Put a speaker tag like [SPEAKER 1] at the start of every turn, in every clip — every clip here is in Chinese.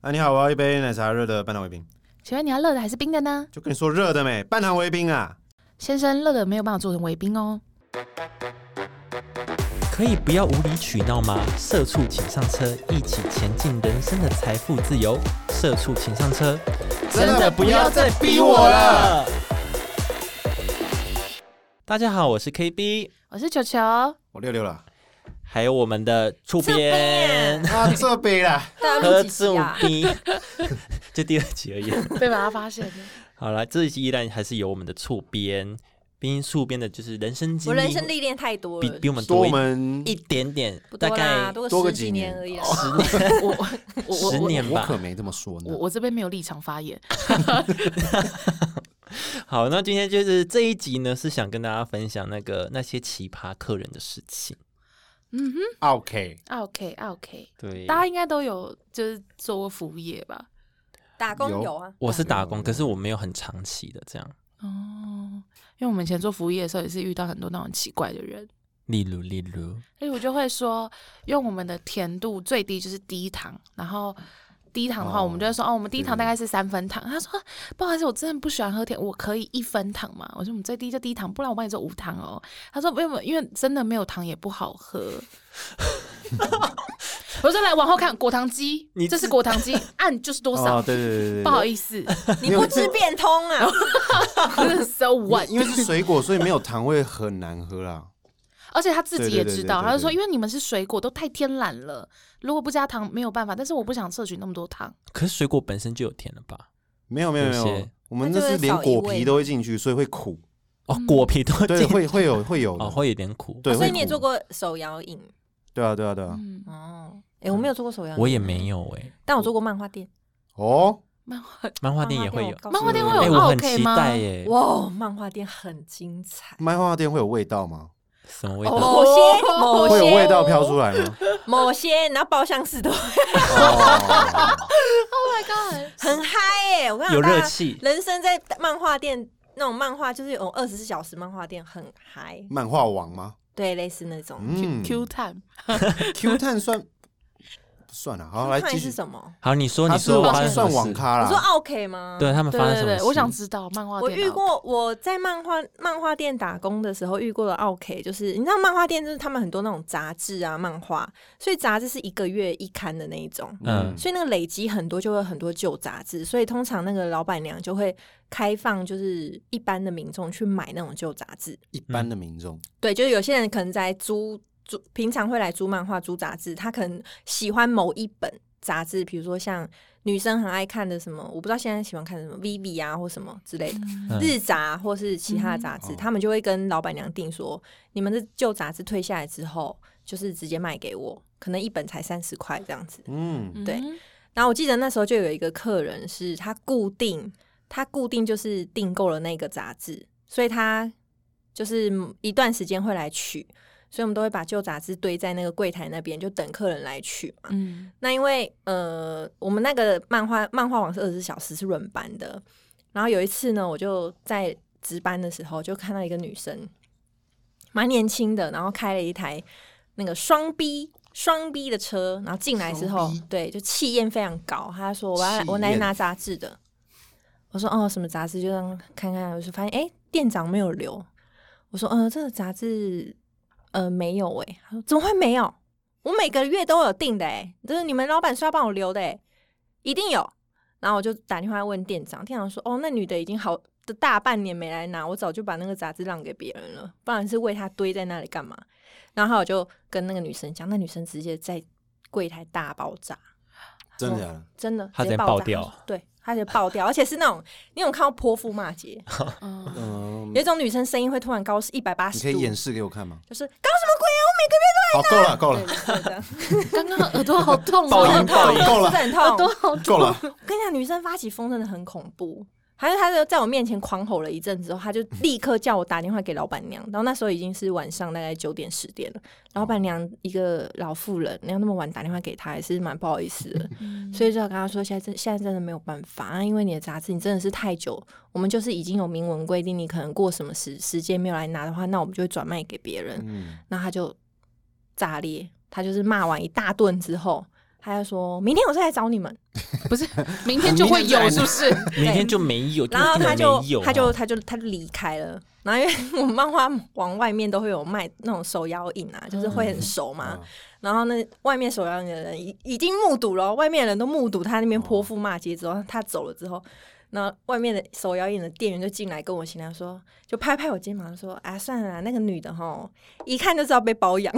[SPEAKER 1] 啊，你好，我要一杯奶茶热的半糖微冰。
[SPEAKER 2] 请问你要热的还是冰的呢？
[SPEAKER 1] 就跟你说热的没，半糖微冰啊。
[SPEAKER 2] 先生，热的没有办法做成微冰哦。
[SPEAKER 3] 可以不要无理取闹吗？社畜请上车，一起前进人生的财富自由。社畜请上车，
[SPEAKER 1] 真的不要再逼我了。
[SPEAKER 3] 大家好，我是 KB，
[SPEAKER 2] 我是球球，
[SPEAKER 1] 我六六了
[SPEAKER 3] 还有我们的触边
[SPEAKER 1] 啊，这杯啦。
[SPEAKER 4] 大家
[SPEAKER 3] 和
[SPEAKER 4] 录几
[SPEAKER 3] 触
[SPEAKER 4] 集啊？
[SPEAKER 3] 边，就第二集而已。
[SPEAKER 2] 被把他发现了。
[SPEAKER 3] 好了，这一集依然还是有我们的触边，毕竟触边的就是人生经
[SPEAKER 4] 我
[SPEAKER 3] 历，
[SPEAKER 4] 人生历练太多
[SPEAKER 3] 比
[SPEAKER 4] 了，
[SPEAKER 3] 比我们
[SPEAKER 1] 多
[SPEAKER 3] 多
[SPEAKER 1] 我
[SPEAKER 3] 一
[SPEAKER 1] 们
[SPEAKER 3] 一点点
[SPEAKER 4] 不，
[SPEAKER 3] 大
[SPEAKER 4] 多啦，
[SPEAKER 3] 概
[SPEAKER 4] 多
[SPEAKER 1] 多个
[SPEAKER 4] 十
[SPEAKER 1] 几
[SPEAKER 4] 几
[SPEAKER 1] 年
[SPEAKER 4] 年而已啦。
[SPEAKER 3] 十 年。哦
[SPEAKER 2] 我我我我
[SPEAKER 3] 十年
[SPEAKER 1] 我
[SPEAKER 3] 吧
[SPEAKER 1] 可没这么说呢
[SPEAKER 2] 我。我这边没有立场发言。
[SPEAKER 3] 好，那今天就是这一集呢，是想跟大家分享那个那些奇葩客人的事情。
[SPEAKER 2] 嗯哼
[SPEAKER 1] OK，
[SPEAKER 2] 啊，OK 啊 OK，
[SPEAKER 3] 对
[SPEAKER 2] 大家应该都有就是做过服务业吧？
[SPEAKER 4] 打工
[SPEAKER 1] 有
[SPEAKER 4] 有啊，
[SPEAKER 3] 我是打工，
[SPEAKER 1] 有
[SPEAKER 3] 可是我没有很长期的这样。
[SPEAKER 2] 哦，因为我们以前做服务业的时候，也是遇到很多那种奇怪的人。
[SPEAKER 3] 例如，例如，
[SPEAKER 2] 所以我就会说，用我们的甜度最低就是低糖，然后低糖的话，
[SPEAKER 1] 哦
[SPEAKER 2] 我们就会说哦，我们低糖
[SPEAKER 1] 对
[SPEAKER 2] 大概是三分糖。他说不好意思，我真的不喜欢喝甜，我可以一分糖嘛？我说我们最低就低糖，不然我帮你做无糖哦。他说不用，不用因为真的没有糖也不好喝。我说来往后看果糖机，
[SPEAKER 3] 你
[SPEAKER 2] 这是
[SPEAKER 3] 自
[SPEAKER 2] 果糖机，按就是多少。
[SPEAKER 1] 哦，对对对对，
[SPEAKER 2] 不好
[SPEAKER 1] 思，
[SPEAKER 2] 意思
[SPEAKER 4] 你不知变通啊！
[SPEAKER 2] ，so what？
[SPEAKER 1] 因为是水果，所以没有糖会很难喝啦。
[SPEAKER 2] 而且他自己也
[SPEAKER 1] 对对对
[SPEAKER 2] 知
[SPEAKER 1] 对
[SPEAKER 2] 道，
[SPEAKER 1] 对
[SPEAKER 2] 他就说
[SPEAKER 1] 对
[SPEAKER 2] 因为你们是水果，都太天然了，如果不加糖没有办法。但是我不想摄取那么多糖。
[SPEAKER 3] 可是水果本身就有甜了吧？
[SPEAKER 1] 没有没有没
[SPEAKER 3] 有
[SPEAKER 1] 有
[SPEAKER 3] 些，
[SPEAKER 1] 我们那是连果皮都会进去，所以会苦。
[SPEAKER 3] 哦
[SPEAKER 2] 嗯，
[SPEAKER 3] 果皮都
[SPEAKER 1] 对，
[SPEAKER 3] 进
[SPEAKER 1] 会会有会有的
[SPEAKER 3] 哦，会有点苦。
[SPEAKER 1] 对，
[SPEAKER 4] 啊所
[SPEAKER 1] 会
[SPEAKER 4] 以你也
[SPEAKER 1] 苦
[SPEAKER 4] 做？过手摇饮
[SPEAKER 1] 对啊对啊对啊。
[SPEAKER 2] 嗯，
[SPEAKER 4] 哦？哎，我没有做过手摇，
[SPEAKER 3] 我也没，有哎、
[SPEAKER 4] 但我做过漫画店，
[SPEAKER 1] 哦，
[SPEAKER 2] 漫画
[SPEAKER 3] 漫画店也会有。
[SPEAKER 4] 告诉你
[SPEAKER 2] 漫画店会
[SPEAKER 3] 哎、
[SPEAKER 2] 有
[SPEAKER 3] 我
[SPEAKER 2] 奥
[SPEAKER 3] 很
[SPEAKER 2] K
[SPEAKER 3] 期
[SPEAKER 2] 吗？
[SPEAKER 3] 待耶、
[SPEAKER 4] 哇，哦漫画店很精 彩，
[SPEAKER 1] 漫画店会有味道吗？
[SPEAKER 3] 什么味道？
[SPEAKER 4] 某些某
[SPEAKER 1] 会
[SPEAKER 4] 些
[SPEAKER 1] 有味道飘出来吗？
[SPEAKER 4] 某些，然后包厢式都
[SPEAKER 1] 哦
[SPEAKER 2] Oh my god！
[SPEAKER 4] 很嗨耶！我跟你
[SPEAKER 3] 有
[SPEAKER 4] 讲，
[SPEAKER 3] 热
[SPEAKER 4] 大家
[SPEAKER 3] 气，
[SPEAKER 4] 人生在漫画店那种漫画，就是有二十四小时漫画店，很嗨，
[SPEAKER 1] 漫画王吗？
[SPEAKER 4] 对，类似那种。
[SPEAKER 1] 嗯
[SPEAKER 2] Q time，
[SPEAKER 1] Q 碳算不算了？好，来
[SPEAKER 4] 看
[SPEAKER 1] 继
[SPEAKER 4] 你
[SPEAKER 1] 续啊
[SPEAKER 4] 是。什么？
[SPEAKER 3] 好，你说，
[SPEAKER 1] 他
[SPEAKER 3] 你
[SPEAKER 1] 是
[SPEAKER 3] 说我发
[SPEAKER 1] 网
[SPEAKER 3] 生什
[SPEAKER 1] 算
[SPEAKER 3] 么
[SPEAKER 1] 网
[SPEAKER 3] 事？
[SPEAKER 1] 咖
[SPEAKER 4] 你说啊
[SPEAKER 1] 啦，
[SPEAKER 4] OK 吗？
[SPEAKER 3] 对他们
[SPEAKER 2] 对
[SPEAKER 3] 发生
[SPEAKER 2] 对
[SPEAKER 3] 什么
[SPEAKER 2] 对，
[SPEAKER 3] 事？
[SPEAKER 2] 我想知道漫画
[SPEAKER 4] 我
[SPEAKER 2] 店
[SPEAKER 4] 遇
[SPEAKER 2] 啊
[SPEAKER 4] 过我在漫画漫画店打工的时候遇过的 OK，就是你知道漫画店就是他们很多那种杂志啊漫画，所以杂志是一个月一刊的那一种，
[SPEAKER 3] 嗯
[SPEAKER 4] 所以那个累积很多就会有很多旧杂志，所以通常那个老板娘就会开放就是一般的民众去买那种旧杂志，
[SPEAKER 1] 一般的民众
[SPEAKER 4] 对，就是有些人可能在租租，平常会来租漫画、租杂志，他可能喜欢某一本杂志，比如说像女生很爱看的什么，我不知道现在喜欢看的什么 Vivi 啊或什么之类的、
[SPEAKER 3] 嗯
[SPEAKER 4] 日杂或是其他的杂志，
[SPEAKER 1] 嗯
[SPEAKER 4] 他们就会跟老板娘定说，你们的旧杂志退下来之后，就是直接卖给我，可能一本才三十块这样子。
[SPEAKER 1] 嗯，
[SPEAKER 2] 嗯
[SPEAKER 4] 对然后我记得那时候就有一个客人是他固定，他固定就是订购了那个杂志，所以他就是一段时间会来取，所以我们都会把旧杂志堆在那个柜台那边，就等客人来取嘛。
[SPEAKER 2] 嗯
[SPEAKER 4] 那因为呃，我们那个漫画漫画网是二十四小时是轮班的，然后有一次呢，我就在值班的时候就看到一个女生，蛮年轻的，然后开了一台那个双 B 双 B 的车，然后进来之后
[SPEAKER 1] 双 B，
[SPEAKER 4] 对，就气焰非常高。她说我要来
[SPEAKER 1] 气
[SPEAKER 4] 我来
[SPEAKER 1] 焰
[SPEAKER 4] 拿杂志的，我说哦什么杂志，就让看看，我就发现哎店长没有留，我说呃这个杂志呃没有哎、他说怎么会没有？我每个月都有订的哎、就是你们老板说要帮我留的哎、一定有。然后我就打电话问店长，店长说：“哦，那女的已经好的大半年没来拿，我早就把那个杂志让给别人了，不然是为她堆在那里干嘛？”然后我就跟那个女生讲，那女生直接在柜台大爆炸，
[SPEAKER 1] 真的假的？
[SPEAKER 4] 真的，
[SPEAKER 3] 她
[SPEAKER 4] 直接
[SPEAKER 3] 直接
[SPEAKER 4] 爆
[SPEAKER 3] 爆
[SPEAKER 4] 炸
[SPEAKER 3] 掉，
[SPEAKER 4] 对，她直接爆掉，而且是那种你有看过泼妇骂街，
[SPEAKER 2] 嗯，
[SPEAKER 1] 嗯
[SPEAKER 4] 有，一种女生声音会突然高一百八
[SPEAKER 1] 你
[SPEAKER 4] 十
[SPEAKER 1] 可以
[SPEAKER 4] 度，
[SPEAKER 1] 演示给我看吗？
[SPEAKER 4] 就是搞什么鬼啊！
[SPEAKER 1] 好，够了，够
[SPEAKER 4] 我每
[SPEAKER 1] 了，
[SPEAKER 4] 个月都对，就是这样
[SPEAKER 2] 刚刚耳朵好痛
[SPEAKER 3] 爆
[SPEAKER 2] 哦
[SPEAKER 3] 音，爆音
[SPEAKER 1] 够
[SPEAKER 4] 是不
[SPEAKER 1] 了，
[SPEAKER 4] 是很
[SPEAKER 2] 耳朵
[SPEAKER 4] 痛。
[SPEAKER 2] 好
[SPEAKER 1] 够了，
[SPEAKER 4] 我跟你讲，女生发起疯真的很恐怖。还有，她就在我面前狂吼了一阵之后，她就立刻叫我打电话给老板娘。然后那时候已经是晚上大概九点十点了，老板娘一个老妇人，你要那么晚打电话给她，也是蛮不好意思的。
[SPEAKER 2] 痛，
[SPEAKER 4] 所以就要跟她说，现在真现在真的没有办法啊，因为你的杂志你真的是太久，我们就是已经有明文规定，你可能过什么时时间没有来拿的话，那我们就会转卖给别人。
[SPEAKER 1] 嗯，
[SPEAKER 4] 然后他就炸裂，他就是骂完一大顿之后，他就说明天我再来找你们，
[SPEAKER 2] 不是明天就会有，是不是？
[SPEAKER 3] 明天就没有，
[SPEAKER 4] 然后
[SPEAKER 3] 一定
[SPEAKER 4] 他就
[SPEAKER 3] 没有啊
[SPEAKER 4] 他就他就他就离开了。然后因为 我们漫画往外面都会有卖那种手摇饮啊，就是会很熟嘛。
[SPEAKER 1] 嗯
[SPEAKER 4] 然后呢，外面手摇饮的人已已经目睹了哦，外面的人都目睹他那边
[SPEAKER 3] 哦
[SPEAKER 4] 泼妇骂街之后，他走了之后，那外面的手摇饮的店员就进来跟我闲聊说，就拍拍我肩膀说：“啊，算了啦，那个女的吼，一看就知道被包养，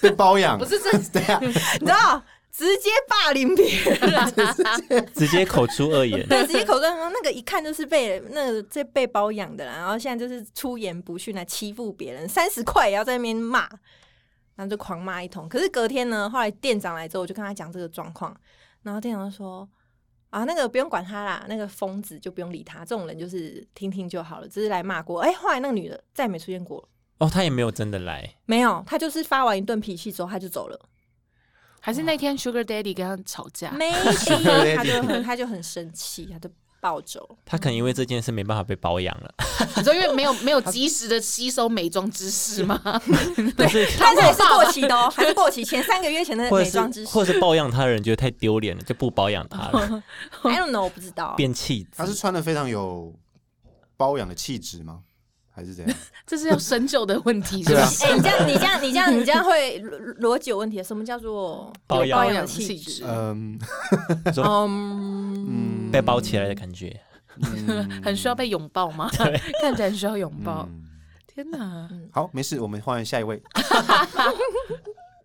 [SPEAKER 1] 被包养
[SPEAKER 2] 不，是这
[SPEAKER 1] 对啊，
[SPEAKER 4] 你知道，直接霸凌别人。”。
[SPEAKER 3] 直接口出恶言
[SPEAKER 4] 对，直接口断说那个一看就是被那个这被包养的啦，然后现在就是出言不逊来欺负别人，三十块也要在那边骂，然后就狂骂一通。可是隔天呢，后来店长来之后，我就跟他讲这个状况，然后店长就说。啊，那个不用管他啦，那个疯子就不用理他，这种人就是听听就好了，只是来骂过。哎、后来那个女的再也没出现过了，
[SPEAKER 3] 哦，他也没有真的来，
[SPEAKER 4] 没有，她就是发完一顿脾气之后，她就走了。
[SPEAKER 2] 还是那天 Sugar Daddy 跟他吵架，
[SPEAKER 4] 没
[SPEAKER 1] Sugar
[SPEAKER 4] 有，她
[SPEAKER 1] daddy
[SPEAKER 4] 就很她就很生气，她就暴走。
[SPEAKER 3] 他可能因为这件事没办法被包养了。
[SPEAKER 4] 嗯
[SPEAKER 2] 你说因为没有没有及时的吸收美妆知识吗？
[SPEAKER 3] 但是
[SPEAKER 4] 但是还是过期的 哦，还是过期前三个月前的
[SPEAKER 3] 或
[SPEAKER 4] 美
[SPEAKER 3] 者
[SPEAKER 4] 妆
[SPEAKER 3] 是
[SPEAKER 4] 知识。
[SPEAKER 3] 或者是包养他的人觉得太丢脸了，就不包养他
[SPEAKER 4] 哦
[SPEAKER 3] 了，
[SPEAKER 4] I don't know，我不知道。
[SPEAKER 3] 变气
[SPEAKER 1] 他是
[SPEAKER 3] 质。
[SPEAKER 1] 穿的非常有包养的气质吗？还是怎 样？
[SPEAKER 2] 这是要深究的问题，是
[SPEAKER 1] 对
[SPEAKER 2] 吧
[SPEAKER 1] 啊？
[SPEAKER 4] 哎、你这样，你这样，你这样，你这样会逻逻辑有问题。什么叫做
[SPEAKER 3] 包养
[SPEAKER 4] 有的气质？
[SPEAKER 1] 嗯
[SPEAKER 4] 嗯，
[SPEAKER 1] 嗯，
[SPEAKER 3] 被包起来的感觉，
[SPEAKER 1] 嗯
[SPEAKER 2] 很需要被拥抱吗？看起来很需要拥抱。天哪！
[SPEAKER 1] 好，没事，我们换下一位。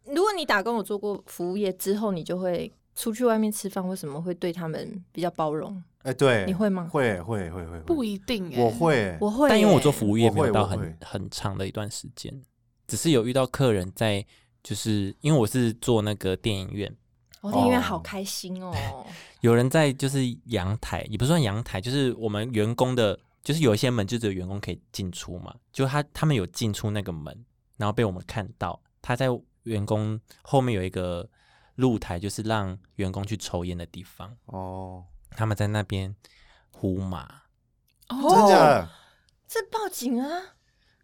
[SPEAKER 4] 如果你打工有做过服务业之后，你就会出去外面吃饭，为什么会对他们比较包容？
[SPEAKER 1] 哎，对，
[SPEAKER 4] 你会吗
[SPEAKER 1] 会会会会，
[SPEAKER 2] 不一定哎，
[SPEAKER 1] 我会，
[SPEAKER 4] 我会耶、
[SPEAKER 3] 但因为我做服务业没有到
[SPEAKER 1] 我会我
[SPEAKER 3] 很
[SPEAKER 1] 会
[SPEAKER 3] 很长的一段时间，只是有遇到客人在，就是因为我是做那个电影院，
[SPEAKER 4] 我在医院
[SPEAKER 1] 哦
[SPEAKER 4] 好开心哦。
[SPEAKER 3] 有人在就是阳台，也不算阳台，就是我们员工的，就是有一些门就只有员工可以进出嘛，就他他们有进出那个门，然后被我们看到，他在员工后面有一个露台，就是让员工去抽烟的地方，
[SPEAKER 1] 哦，
[SPEAKER 3] 他们在那边呼麻。
[SPEAKER 1] 真的假的？
[SPEAKER 4] 哦这报警啊！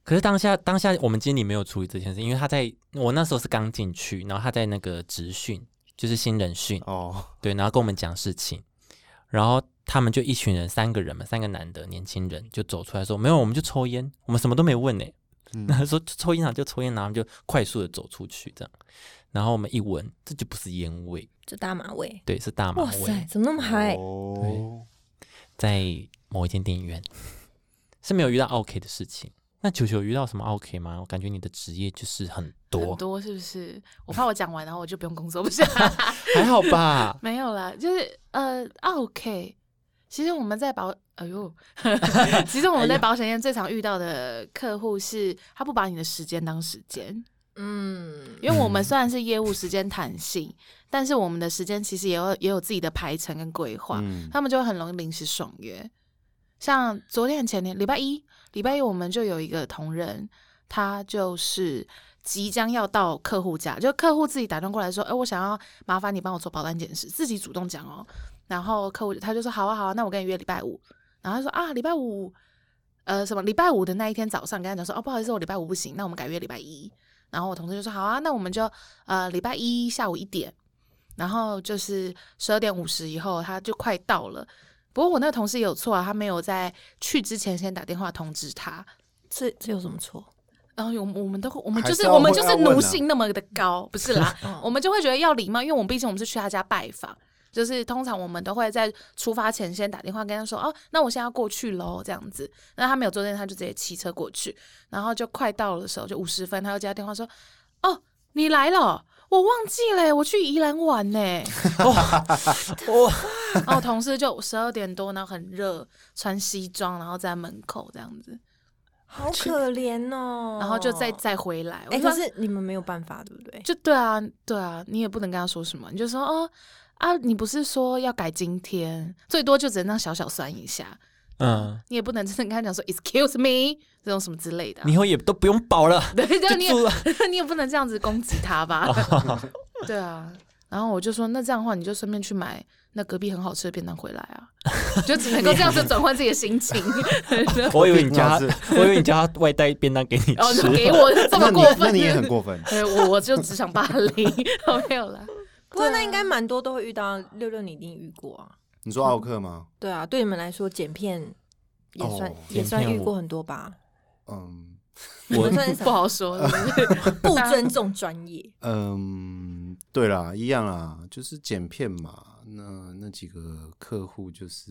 [SPEAKER 3] 可是当下，当下我们经理没有处理这件事，因为他在我那时候是刚进去，然后他在那个职训，就是新人训，
[SPEAKER 1] 哦，
[SPEAKER 3] 对，然后跟我们讲事情，然后他们就一群人，三个人嘛，三个男的年轻人就走出来说，没有，我们就抽烟，我们什么都没问呢、
[SPEAKER 1] 嗯
[SPEAKER 3] 然后说就抽烟啊，就抽烟啊，然后就快速的走出去这样，然后我们一闻，这就不是烟味，
[SPEAKER 4] 这大马尾，
[SPEAKER 3] 对，是大麻
[SPEAKER 4] 哇塞，
[SPEAKER 3] 味，
[SPEAKER 4] 怎么那么嗨？
[SPEAKER 1] 哦，
[SPEAKER 3] 在某一间电影院是没有遇到 OK 的事情。那球球遇到什么 OK 吗？我感觉你的职业就是很
[SPEAKER 2] 很
[SPEAKER 3] 多，
[SPEAKER 2] 多是不是？我怕我讲完，然后我就不用工作，不是？？
[SPEAKER 3] 还好吧
[SPEAKER 2] 没有啦，就是呃、啊、，OK。其实我们在保，哎呦，其实我们在保险业最常遇到的客户是，他不把你的时间当时间，
[SPEAKER 4] 嗯，
[SPEAKER 2] 因为我们虽然是业务时间弹性，但是我们的时间其实也有也有自己的排程跟规划，
[SPEAKER 1] 嗯
[SPEAKER 2] 他们就会很容易临时爽约。像昨天、前天，礼拜一，礼拜一我们就有一个同仁，他就是即将要到客户家，就客户自己打电话过来说：“哎、我想要麻烦你帮我做保单检视。”自己主动讲哦。然后客户他就说：“好啊，好啊，那我跟你约礼拜五。”然后他说：“啊，礼拜五，呃，什么礼拜五的那一天早上，跟他讲说：‘哦，不好意思，我礼拜五不行，那我们改约礼拜一。’然后我同事就说：‘好啊，那我们就呃礼拜一下午一点。’然后就是十二点五十以后，他就快到了。不过我那个同事也有错啊，他没有在去之前先打电话通知他。
[SPEAKER 4] 这这有什么错？
[SPEAKER 2] 然后我们我们都会我们
[SPEAKER 1] 还
[SPEAKER 2] 就是
[SPEAKER 1] 是要
[SPEAKER 2] 我们
[SPEAKER 1] 问
[SPEAKER 2] 就是
[SPEAKER 1] 要问
[SPEAKER 2] 奴
[SPEAKER 1] 啊
[SPEAKER 2] 性那么的高，不是啦
[SPEAKER 4] 哦，
[SPEAKER 2] 我们就会觉得要礼貌，因为我们毕竟我们是去他家拜访，就是通常我们都会在出发前先打电话跟他说，哦，那我现在要过去喽，这样子。那他没有坐电，他就直接骑车过去，然后就快到的时候，就五十分，他又接到电话说，哦，你来了。我忘记了，欸我去宜兰玩呢。
[SPEAKER 3] 哦，
[SPEAKER 2] 然后同事就十二点多，然后很热，穿西装，然后在门口这样子，
[SPEAKER 4] 好可怜哦。
[SPEAKER 2] 然后就再再回来。我
[SPEAKER 4] 哎、
[SPEAKER 2] 就
[SPEAKER 4] 可
[SPEAKER 2] 说
[SPEAKER 4] 是你们没有办法，对不对？
[SPEAKER 2] 就对啊，对啊，你也不能跟他说什么，你就说哦啊，你不是说要改今天，最多就只能让小小酸一下，
[SPEAKER 3] 嗯，
[SPEAKER 2] 你也不能真的跟他讲说 excuse me 这种什么之类的啊、
[SPEAKER 3] 你以后也都不用保了。
[SPEAKER 2] 对，就
[SPEAKER 3] 就
[SPEAKER 2] 你
[SPEAKER 1] 啊
[SPEAKER 3] 住了
[SPEAKER 2] 也你也不能这样子攻击他吧？
[SPEAKER 1] 哦
[SPEAKER 2] 对啊，然后我就说那这样的话，你就顺便去买那隔壁很好吃的便当回来啊，就只能够这样子转换自己的 心情。
[SPEAKER 3] 我以为你叫
[SPEAKER 1] 老
[SPEAKER 3] 他
[SPEAKER 1] 师，
[SPEAKER 3] 我以为你叫他外带便当给你
[SPEAKER 2] 然后
[SPEAKER 3] 吃
[SPEAKER 2] 哦就。给我这
[SPEAKER 1] 那
[SPEAKER 2] 么
[SPEAKER 1] 你
[SPEAKER 2] 过分，
[SPEAKER 1] 那你也很过分
[SPEAKER 2] 哦。对，我我就职场霸凌，没有啦。
[SPEAKER 4] 不过
[SPEAKER 2] 对啊
[SPEAKER 4] 那应该蛮多都会遇到，六六你一定遇过啊。
[SPEAKER 1] 你说奥克吗？
[SPEAKER 4] 对啊，对你们来说剪片也算、
[SPEAKER 1] 哦
[SPEAKER 4] 也算
[SPEAKER 3] 剪片
[SPEAKER 4] 遇
[SPEAKER 3] 我
[SPEAKER 4] 过很多吧？
[SPEAKER 1] 嗯
[SPEAKER 4] 你们
[SPEAKER 3] 我
[SPEAKER 4] 算是什
[SPEAKER 2] 不
[SPEAKER 4] 么
[SPEAKER 2] 好说， 是不是
[SPEAKER 4] 不尊重专业，
[SPEAKER 1] 嗯，对啦，一样啦，就是剪片嘛。那那几个客户就是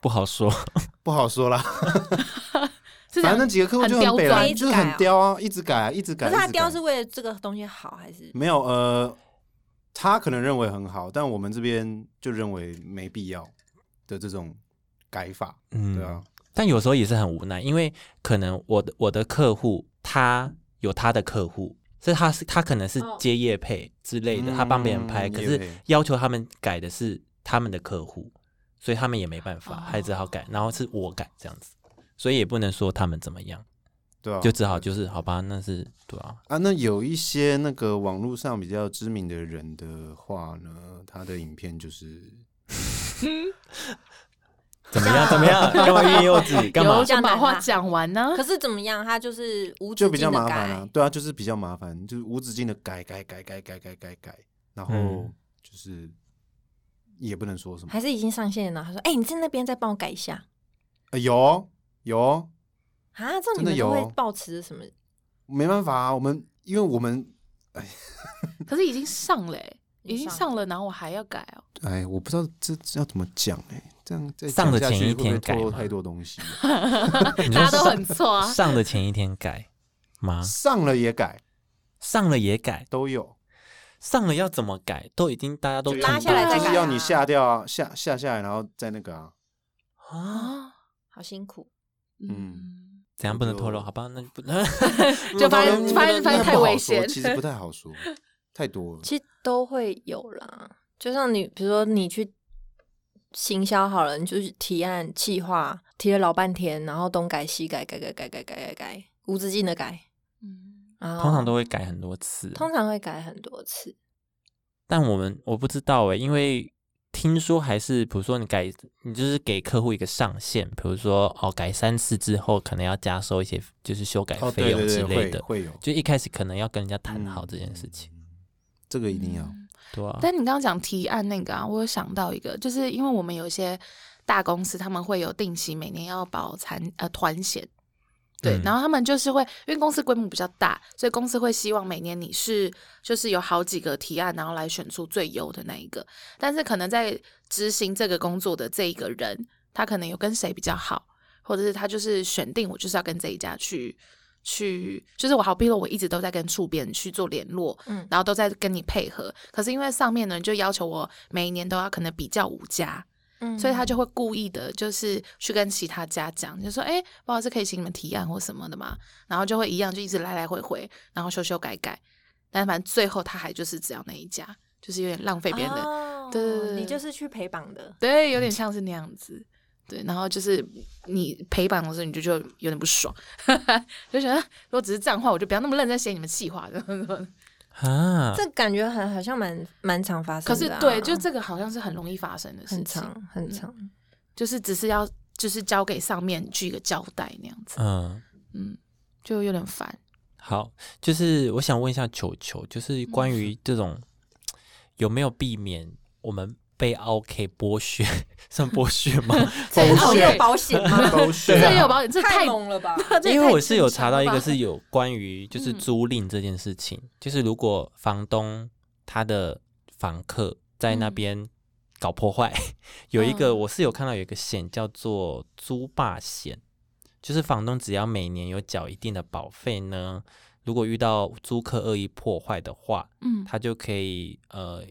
[SPEAKER 3] 不好说。
[SPEAKER 1] 不好说啦，
[SPEAKER 2] 是
[SPEAKER 1] 反
[SPEAKER 2] 这
[SPEAKER 1] 正那
[SPEAKER 2] 样
[SPEAKER 1] 几个客户就很北
[SPEAKER 2] 很
[SPEAKER 1] 啦，
[SPEAKER 2] 刁钻
[SPEAKER 1] 就是很刁啊，一直改啊，一直
[SPEAKER 4] 可
[SPEAKER 1] 改。
[SPEAKER 4] 是他
[SPEAKER 1] 一直改
[SPEAKER 4] 雕是为了这个东西好还是？
[SPEAKER 1] 没有呃，他可能认为很好，但我们这边就认为没必要的这种改法，
[SPEAKER 3] 嗯，
[SPEAKER 1] 对啊，
[SPEAKER 3] 但有时候也是很无奈，因为可能我的我的客户他有他的客户，所以他是他可能是
[SPEAKER 2] 哦
[SPEAKER 3] 接业配之类的，
[SPEAKER 1] 嗯
[SPEAKER 3] 他帮别人拍，
[SPEAKER 1] 业
[SPEAKER 3] 可
[SPEAKER 1] 配
[SPEAKER 3] 是要求他们改的是他们的客户，所以他们也没办法，
[SPEAKER 2] 哦
[SPEAKER 3] 还只好改，然后是我改这样子，所以也不能说他们怎么样，
[SPEAKER 1] 对啊，
[SPEAKER 3] 就只好就是好吧，那是对啊，
[SPEAKER 1] 啊，那有一些那个网络上比较知名的人的话呢，他的影片就是
[SPEAKER 3] 怎么样怎么样，干嘛欲言又止，干嘛
[SPEAKER 2] 有？想把话讲完呢？
[SPEAKER 4] 可是怎么样，他就是无止
[SPEAKER 1] 就比较
[SPEAKER 4] 境
[SPEAKER 1] 麻
[SPEAKER 4] 的
[SPEAKER 1] 烦
[SPEAKER 4] 改
[SPEAKER 1] 啊，，对啊，就是比较麻烦，就是无止境的改改改改改改改改，然后
[SPEAKER 3] 嗯
[SPEAKER 1] 就是也不能说什么，
[SPEAKER 4] 还是已经上线了？他说：“哎、你在那边再帮我改一下
[SPEAKER 1] 呃有哦有哦，
[SPEAKER 4] 啊！”这
[SPEAKER 1] 真
[SPEAKER 4] 你
[SPEAKER 1] 的
[SPEAKER 4] 们
[SPEAKER 1] 有
[SPEAKER 4] 都
[SPEAKER 1] 哦
[SPEAKER 4] 会抱持着什么？
[SPEAKER 1] 没办法啊，我们因为我们
[SPEAKER 2] 可是已经上了欸，已
[SPEAKER 4] 已
[SPEAKER 2] 经
[SPEAKER 4] 经上
[SPEAKER 2] 上了，然后我还要改哦。
[SPEAKER 1] 哎，我不知道这这要怎么讲哎、这样再
[SPEAKER 3] 上的
[SPEAKER 1] 讲下
[SPEAKER 3] 前
[SPEAKER 1] 去会
[SPEAKER 3] 一
[SPEAKER 1] 不
[SPEAKER 3] 天
[SPEAKER 1] 会透
[SPEAKER 3] 改
[SPEAKER 1] 露
[SPEAKER 3] 吗
[SPEAKER 1] 太多东西，
[SPEAKER 3] 你说
[SPEAKER 2] 哦大家都很错啊
[SPEAKER 3] 上。上的前一天改吗？
[SPEAKER 1] 上了也改
[SPEAKER 3] 上了也改，
[SPEAKER 1] 都有，
[SPEAKER 3] 上了要怎么改？都已经大家都
[SPEAKER 1] 就
[SPEAKER 4] 拉
[SPEAKER 3] 看
[SPEAKER 4] 下来
[SPEAKER 3] 到
[SPEAKER 4] 再
[SPEAKER 1] 就
[SPEAKER 4] 改
[SPEAKER 1] 是要
[SPEAKER 4] 啊
[SPEAKER 1] 你下掉啊，下下下来，然后再那个啊，
[SPEAKER 3] 啊。
[SPEAKER 2] 啊，
[SPEAKER 4] 好辛苦，
[SPEAKER 2] 嗯，
[SPEAKER 3] 怎样不能透露？
[SPEAKER 1] 就
[SPEAKER 3] 好吧，那就 不
[SPEAKER 2] 就发
[SPEAKER 1] 那
[SPEAKER 2] 现
[SPEAKER 1] 个
[SPEAKER 2] 发现
[SPEAKER 1] 那
[SPEAKER 2] 发现
[SPEAKER 1] 个
[SPEAKER 2] 太
[SPEAKER 1] 不好
[SPEAKER 2] 危
[SPEAKER 1] 说
[SPEAKER 2] 险，
[SPEAKER 1] 其实 不太好说，太 多了。
[SPEAKER 4] 其实都会有啦。就像你，比如说你去行销好了，你就是提案企划，提了老半天，然后东改西改，改改改改改改改，无止境的改。
[SPEAKER 2] 嗯
[SPEAKER 4] 然后
[SPEAKER 3] 通常都会改很多次。
[SPEAKER 4] 通常会改很多次，
[SPEAKER 3] 但我们我不知道哎、因为听说还是比如说你改，你就是给客户一个上限，比如说哦改三次之后可能要加收一些就是修改
[SPEAKER 1] 哦，
[SPEAKER 3] 费
[SPEAKER 1] 对
[SPEAKER 3] 用
[SPEAKER 1] 对
[SPEAKER 3] 之
[SPEAKER 1] 对，
[SPEAKER 3] 类
[SPEAKER 1] 会
[SPEAKER 3] 的，
[SPEAKER 1] 会有
[SPEAKER 3] 就一开始可能要跟人家谈好
[SPEAKER 1] 嗯
[SPEAKER 3] 这件事情，
[SPEAKER 1] 这个一定要。
[SPEAKER 3] 对啊，
[SPEAKER 2] 嗯但你刚刚讲提案那个啊，我有想到一个，就是因为我们有一些大公司，他们会有定期每年要保残呃团险，对，
[SPEAKER 3] 嗯
[SPEAKER 2] 然后他们就是会，因为公司规模比较大，所以公司会希望每年你是就是有好几个提案，然后来选出最优的那一个。但是可能在执行这个工作的这一个人，他可能有跟谁比较好，或者是他就是选定我就是要跟这一家去去，就是我好，比如我一直都在跟触边去做联络，
[SPEAKER 4] 嗯
[SPEAKER 2] 然后都在跟你配合。可是因为上面的人就要求我每一年都要可能比较五家，
[SPEAKER 4] 嗯
[SPEAKER 2] 所以他就会故意的，就是去跟其他家讲，就说：“哎、不好意思，可以请你们提案或什么的嘛。”然后就会一样，就一直来来回回，然后修修改改。但反正最后他还就是只要那一家，就是有点浪费别人的，
[SPEAKER 4] 哦
[SPEAKER 2] 对对对对
[SPEAKER 4] 你就是去陪绑的，
[SPEAKER 2] 对，有点像是那样子。对，然后就是你陪伴的时候，你就就有点不爽， 就觉得如果只是这样的话，我就不要那么认真写你们计划的。
[SPEAKER 3] 啊，
[SPEAKER 4] 这感觉很好像蛮蛮常发
[SPEAKER 2] 可
[SPEAKER 4] 生
[SPEAKER 2] 是
[SPEAKER 4] 的啊、
[SPEAKER 2] 对，就这个好像是很容易发生的事
[SPEAKER 4] 很
[SPEAKER 2] 情，
[SPEAKER 4] 长很长。
[SPEAKER 2] 就是只是要就是交给上面去一个交代那样子，
[SPEAKER 3] 嗯。
[SPEAKER 2] 嗯，就有点烦。
[SPEAKER 3] 好，就是我想问一下球球，就是
[SPEAKER 1] 嗯
[SPEAKER 3] 关于这种有没有避免我们被 OK 剥削， 算剥削吗？
[SPEAKER 2] 这
[SPEAKER 1] 保
[SPEAKER 2] 哦
[SPEAKER 4] 哦，
[SPEAKER 1] 险
[SPEAKER 2] 对
[SPEAKER 4] 有保险 吗？
[SPEAKER 1] 都是
[SPEAKER 2] 嗯这也有保险，这太
[SPEAKER 4] 太猛了 吧！
[SPEAKER 2] 这也
[SPEAKER 3] 因为
[SPEAKER 2] 太
[SPEAKER 3] 我是有查到一个
[SPEAKER 2] 正常
[SPEAKER 3] 是有 关于就是
[SPEAKER 2] 嗯
[SPEAKER 3] 租赁这件事情，就是如果房东他的房客在那
[SPEAKER 2] 嗯
[SPEAKER 3] 边搞破坏，有一个
[SPEAKER 2] 嗯
[SPEAKER 3] 我是有看到有一个险叫做租霸险，就是房东只要每年有缴一定的保费呢，如果遇到租客恶意破坏的话，
[SPEAKER 2] 了吧嗯，
[SPEAKER 3] 他就可以呃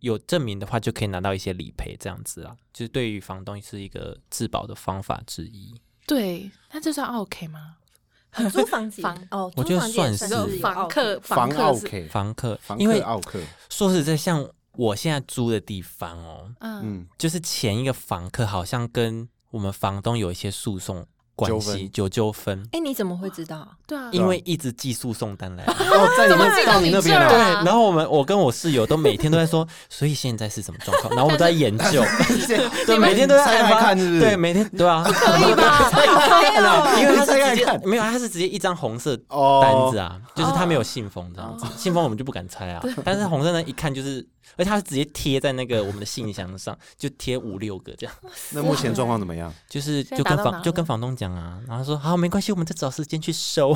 [SPEAKER 3] 有证明的话就可以拿到一些理赔这样子啊，就是对于房东是一个自保的方法之一。
[SPEAKER 2] 对，那这算 OK 吗？
[SPEAKER 4] 租房子
[SPEAKER 2] 房
[SPEAKER 4] 哦，
[SPEAKER 3] 我
[SPEAKER 4] 租
[SPEAKER 3] 觉得
[SPEAKER 4] 房子也
[SPEAKER 3] 算
[SPEAKER 4] 有
[SPEAKER 3] 是
[SPEAKER 4] 奥
[SPEAKER 2] 房客
[SPEAKER 1] 防
[SPEAKER 2] 客
[SPEAKER 1] 奥
[SPEAKER 2] 是
[SPEAKER 1] K，
[SPEAKER 3] 房客，
[SPEAKER 1] 房
[SPEAKER 3] 因为
[SPEAKER 1] 客奥克，
[SPEAKER 3] 说实在，像我现在租的地方哦，
[SPEAKER 2] 嗯
[SPEAKER 1] 嗯，
[SPEAKER 3] 就是前一个房客好像跟我们房东有一些诉讼关
[SPEAKER 1] 纠
[SPEAKER 3] 系
[SPEAKER 1] 纷
[SPEAKER 3] 有纠纷，
[SPEAKER 4] 哎，你怎么会知道？
[SPEAKER 2] 对啊，
[SPEAKER 3] 因为一直寄诉送单来。
[SPEAKER 1] 哦，在你
[SPEAKER 2] 怎么寄
[SPEAKER 1] 那
[SPEAKER 2] 到
[SPEAKER 1] 到
[SPEAKER 2] 你
[SPEAKER 1] 你那边
[SPEAKER 2] 这儿
[SPEAKER 1] 了，
[SPEAKER 3] 对，
[SPEAKER 2] 啊
[SPEAKER 3] 然后我们我跟我室友都每天都在说， 所以现在是什么 状况？然后我们都在研究， 对，每天都在
[SPEAKER 1] 拆
[SPEAKER 3] 案
[SPEAKER 1] 开
[SPEAKER 3] 发
[SPEAKER 1] 看是不是
[SPEAKER 3] 对，每天对啊，
[SPEAKER 2] 可以 吧？
[SPEAKER 3] 因为他是
[SPEAKER 1] 拆开
[SPEAKER 3] 直接
[SPEAKER 1] 看
[SPEAKER 3] 没有，他是直接一张红色
[SPEAKER 1] 哦
[SPEAKER 3] 单子啊，就是他没有信封这样
[SPEAKER 2] 哦
[SPEAKER 3] 子，信封我们就不敢拆啊，但是红色呢一看就是，而且他是直接贴在那个我们的信箱上，就贴五六个这样，
[SPEAKER 1] 那目前状况怎么样？
[SPEAKER 3] 就是
[SPEAKER 2] 现在
[SPEAKER 3] 就
[SPEAKER 2] 打
[SPEAKER 3] 跟
[SPEAKER 2] 到哪
[SPEAKER 3] 房就
[SPEAKER 2] 了
[SPEAKER 3] 跟房东讲啊，然后他说好没关系，我们再找时间 去收，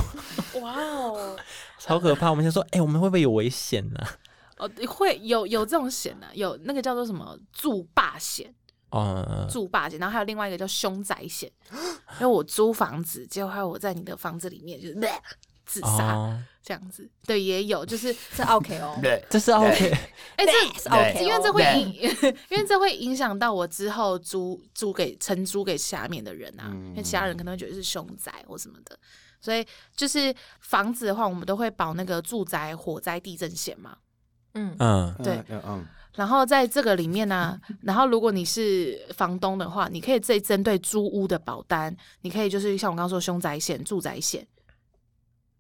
[SPEAKER 2] 哇哦，
[SPEAKER 3] 超可怕，我们就说哎、我们会不会有危险啊呢、
[SPEAKER 2] 哦，会有有这种险的、有那个叫做什么住霸险，
[SPEAKER 1] 嗯
[SPEAKER 3] 哦，
[SPEAKER 2] 住霸险，然后还有另外一个叫凶宅险，因为我租房子，结果还有我在你的房子里面就是、呃自杀、
[SPEAKER 3] 哦，
[SPEAKER 2] 这样子，对，也有就是，
[SPEAKER 4] 是 OK 哦，
[SPEAKER 3] 这是 OK，
[SPEAKER 2] 哎、这
[SPEAKER 4] 是 OK，
[SPEAKER 2] 因为
[SPEAKER 4] 哦
[SPEAKER 2] 这会影， 因为这会影响到我之后租租给承租给下面的人啊，
[SPEAKER 1] 嗯
[SPEAKER 2] 因为其他人可能会觉得是凶宅或什么的，所以就是房子的话，我们都会保那个住宅火灾地震险嘛。
[SPEAKER 4] 嗯，
[SPEAKER 3] 嗯，
[SPEAKER 2] 对
[SPEAKER 1] 嗯嗯嗯，
[SPEAKER 2] 然后在这个里面呢、然后如果你是房东的话，你可以自己针对租屋的保单，你可以就是像我刚刚说凶宅险、住宅险，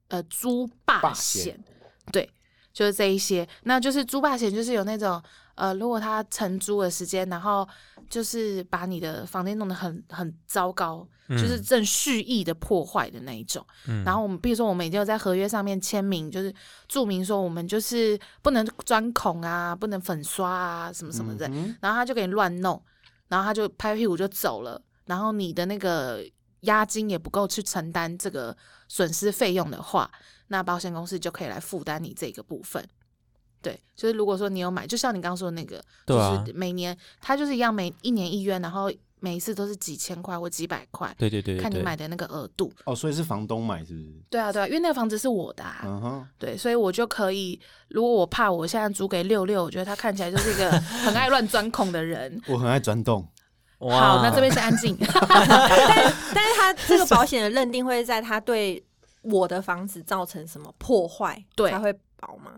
[SPEAKER 2] 呃，租霸
[SPEAKER 1] 霸
[SPEAKER 2] 险
[SPEAKER 1] 险，
[SPEAKER 2] 对，就是这一些。那就是租霸险，就是有那种呃，如果他承租的时间，然后就是把你的房间弄得很很糟糕，就是
[SPEAKER 3] 嗯
[SPEAKER 2] 正蓄意的破坏的那一种。
[SPEAKER 3] 嗯
[SPEAKER 2] 然后我们比如说我们已经有在合约上面签名，就是注明说我们就是不能钻孔啊，不能粉刷啊，什么什么的。
[SPEAKER 1] 嗯
[SPEAKER 2] 然后他就给你乱弄，然后他就拍屁股就走了，然后你的那个押金也不够去承担这个损失费用的话，那保险公司就可以来负担你这个部分。对，就是如果说你有买，就像你刚刚说的那个，
[SPEAKER 3] 对啊
[SPEAKER 2] 就是每年他就是一样每一年一约，然后每一次都是几千块或几百块，
[SPEAKER 3] 对对对对对，
[SPEAKER 2] 看你买的那个额度。
[SPEAKER 1] 哦，所以是房东买是不是？
[SPEAKER 2] 对啊，对啊，因为那个房子是我的、啊，
[SPEAKER 1] 嗯哼，
[SPEAKER 2] 对，所以我就可以，如果我怕我现在租给六六，我觉得他看起来就是一 个很爱乱钻孔的人。
[SPEAKER 1] 我很爱钻洞，
[SPEAKER 3] 哇
[SPEAKER 2] 好，那这边先安静。
[SPEAKER 4] 但是他这个保险的认定会在他对我的房子造成什么破坏，
[SPEAKER 2] 对
[SPEAKER 4] 才会保吗？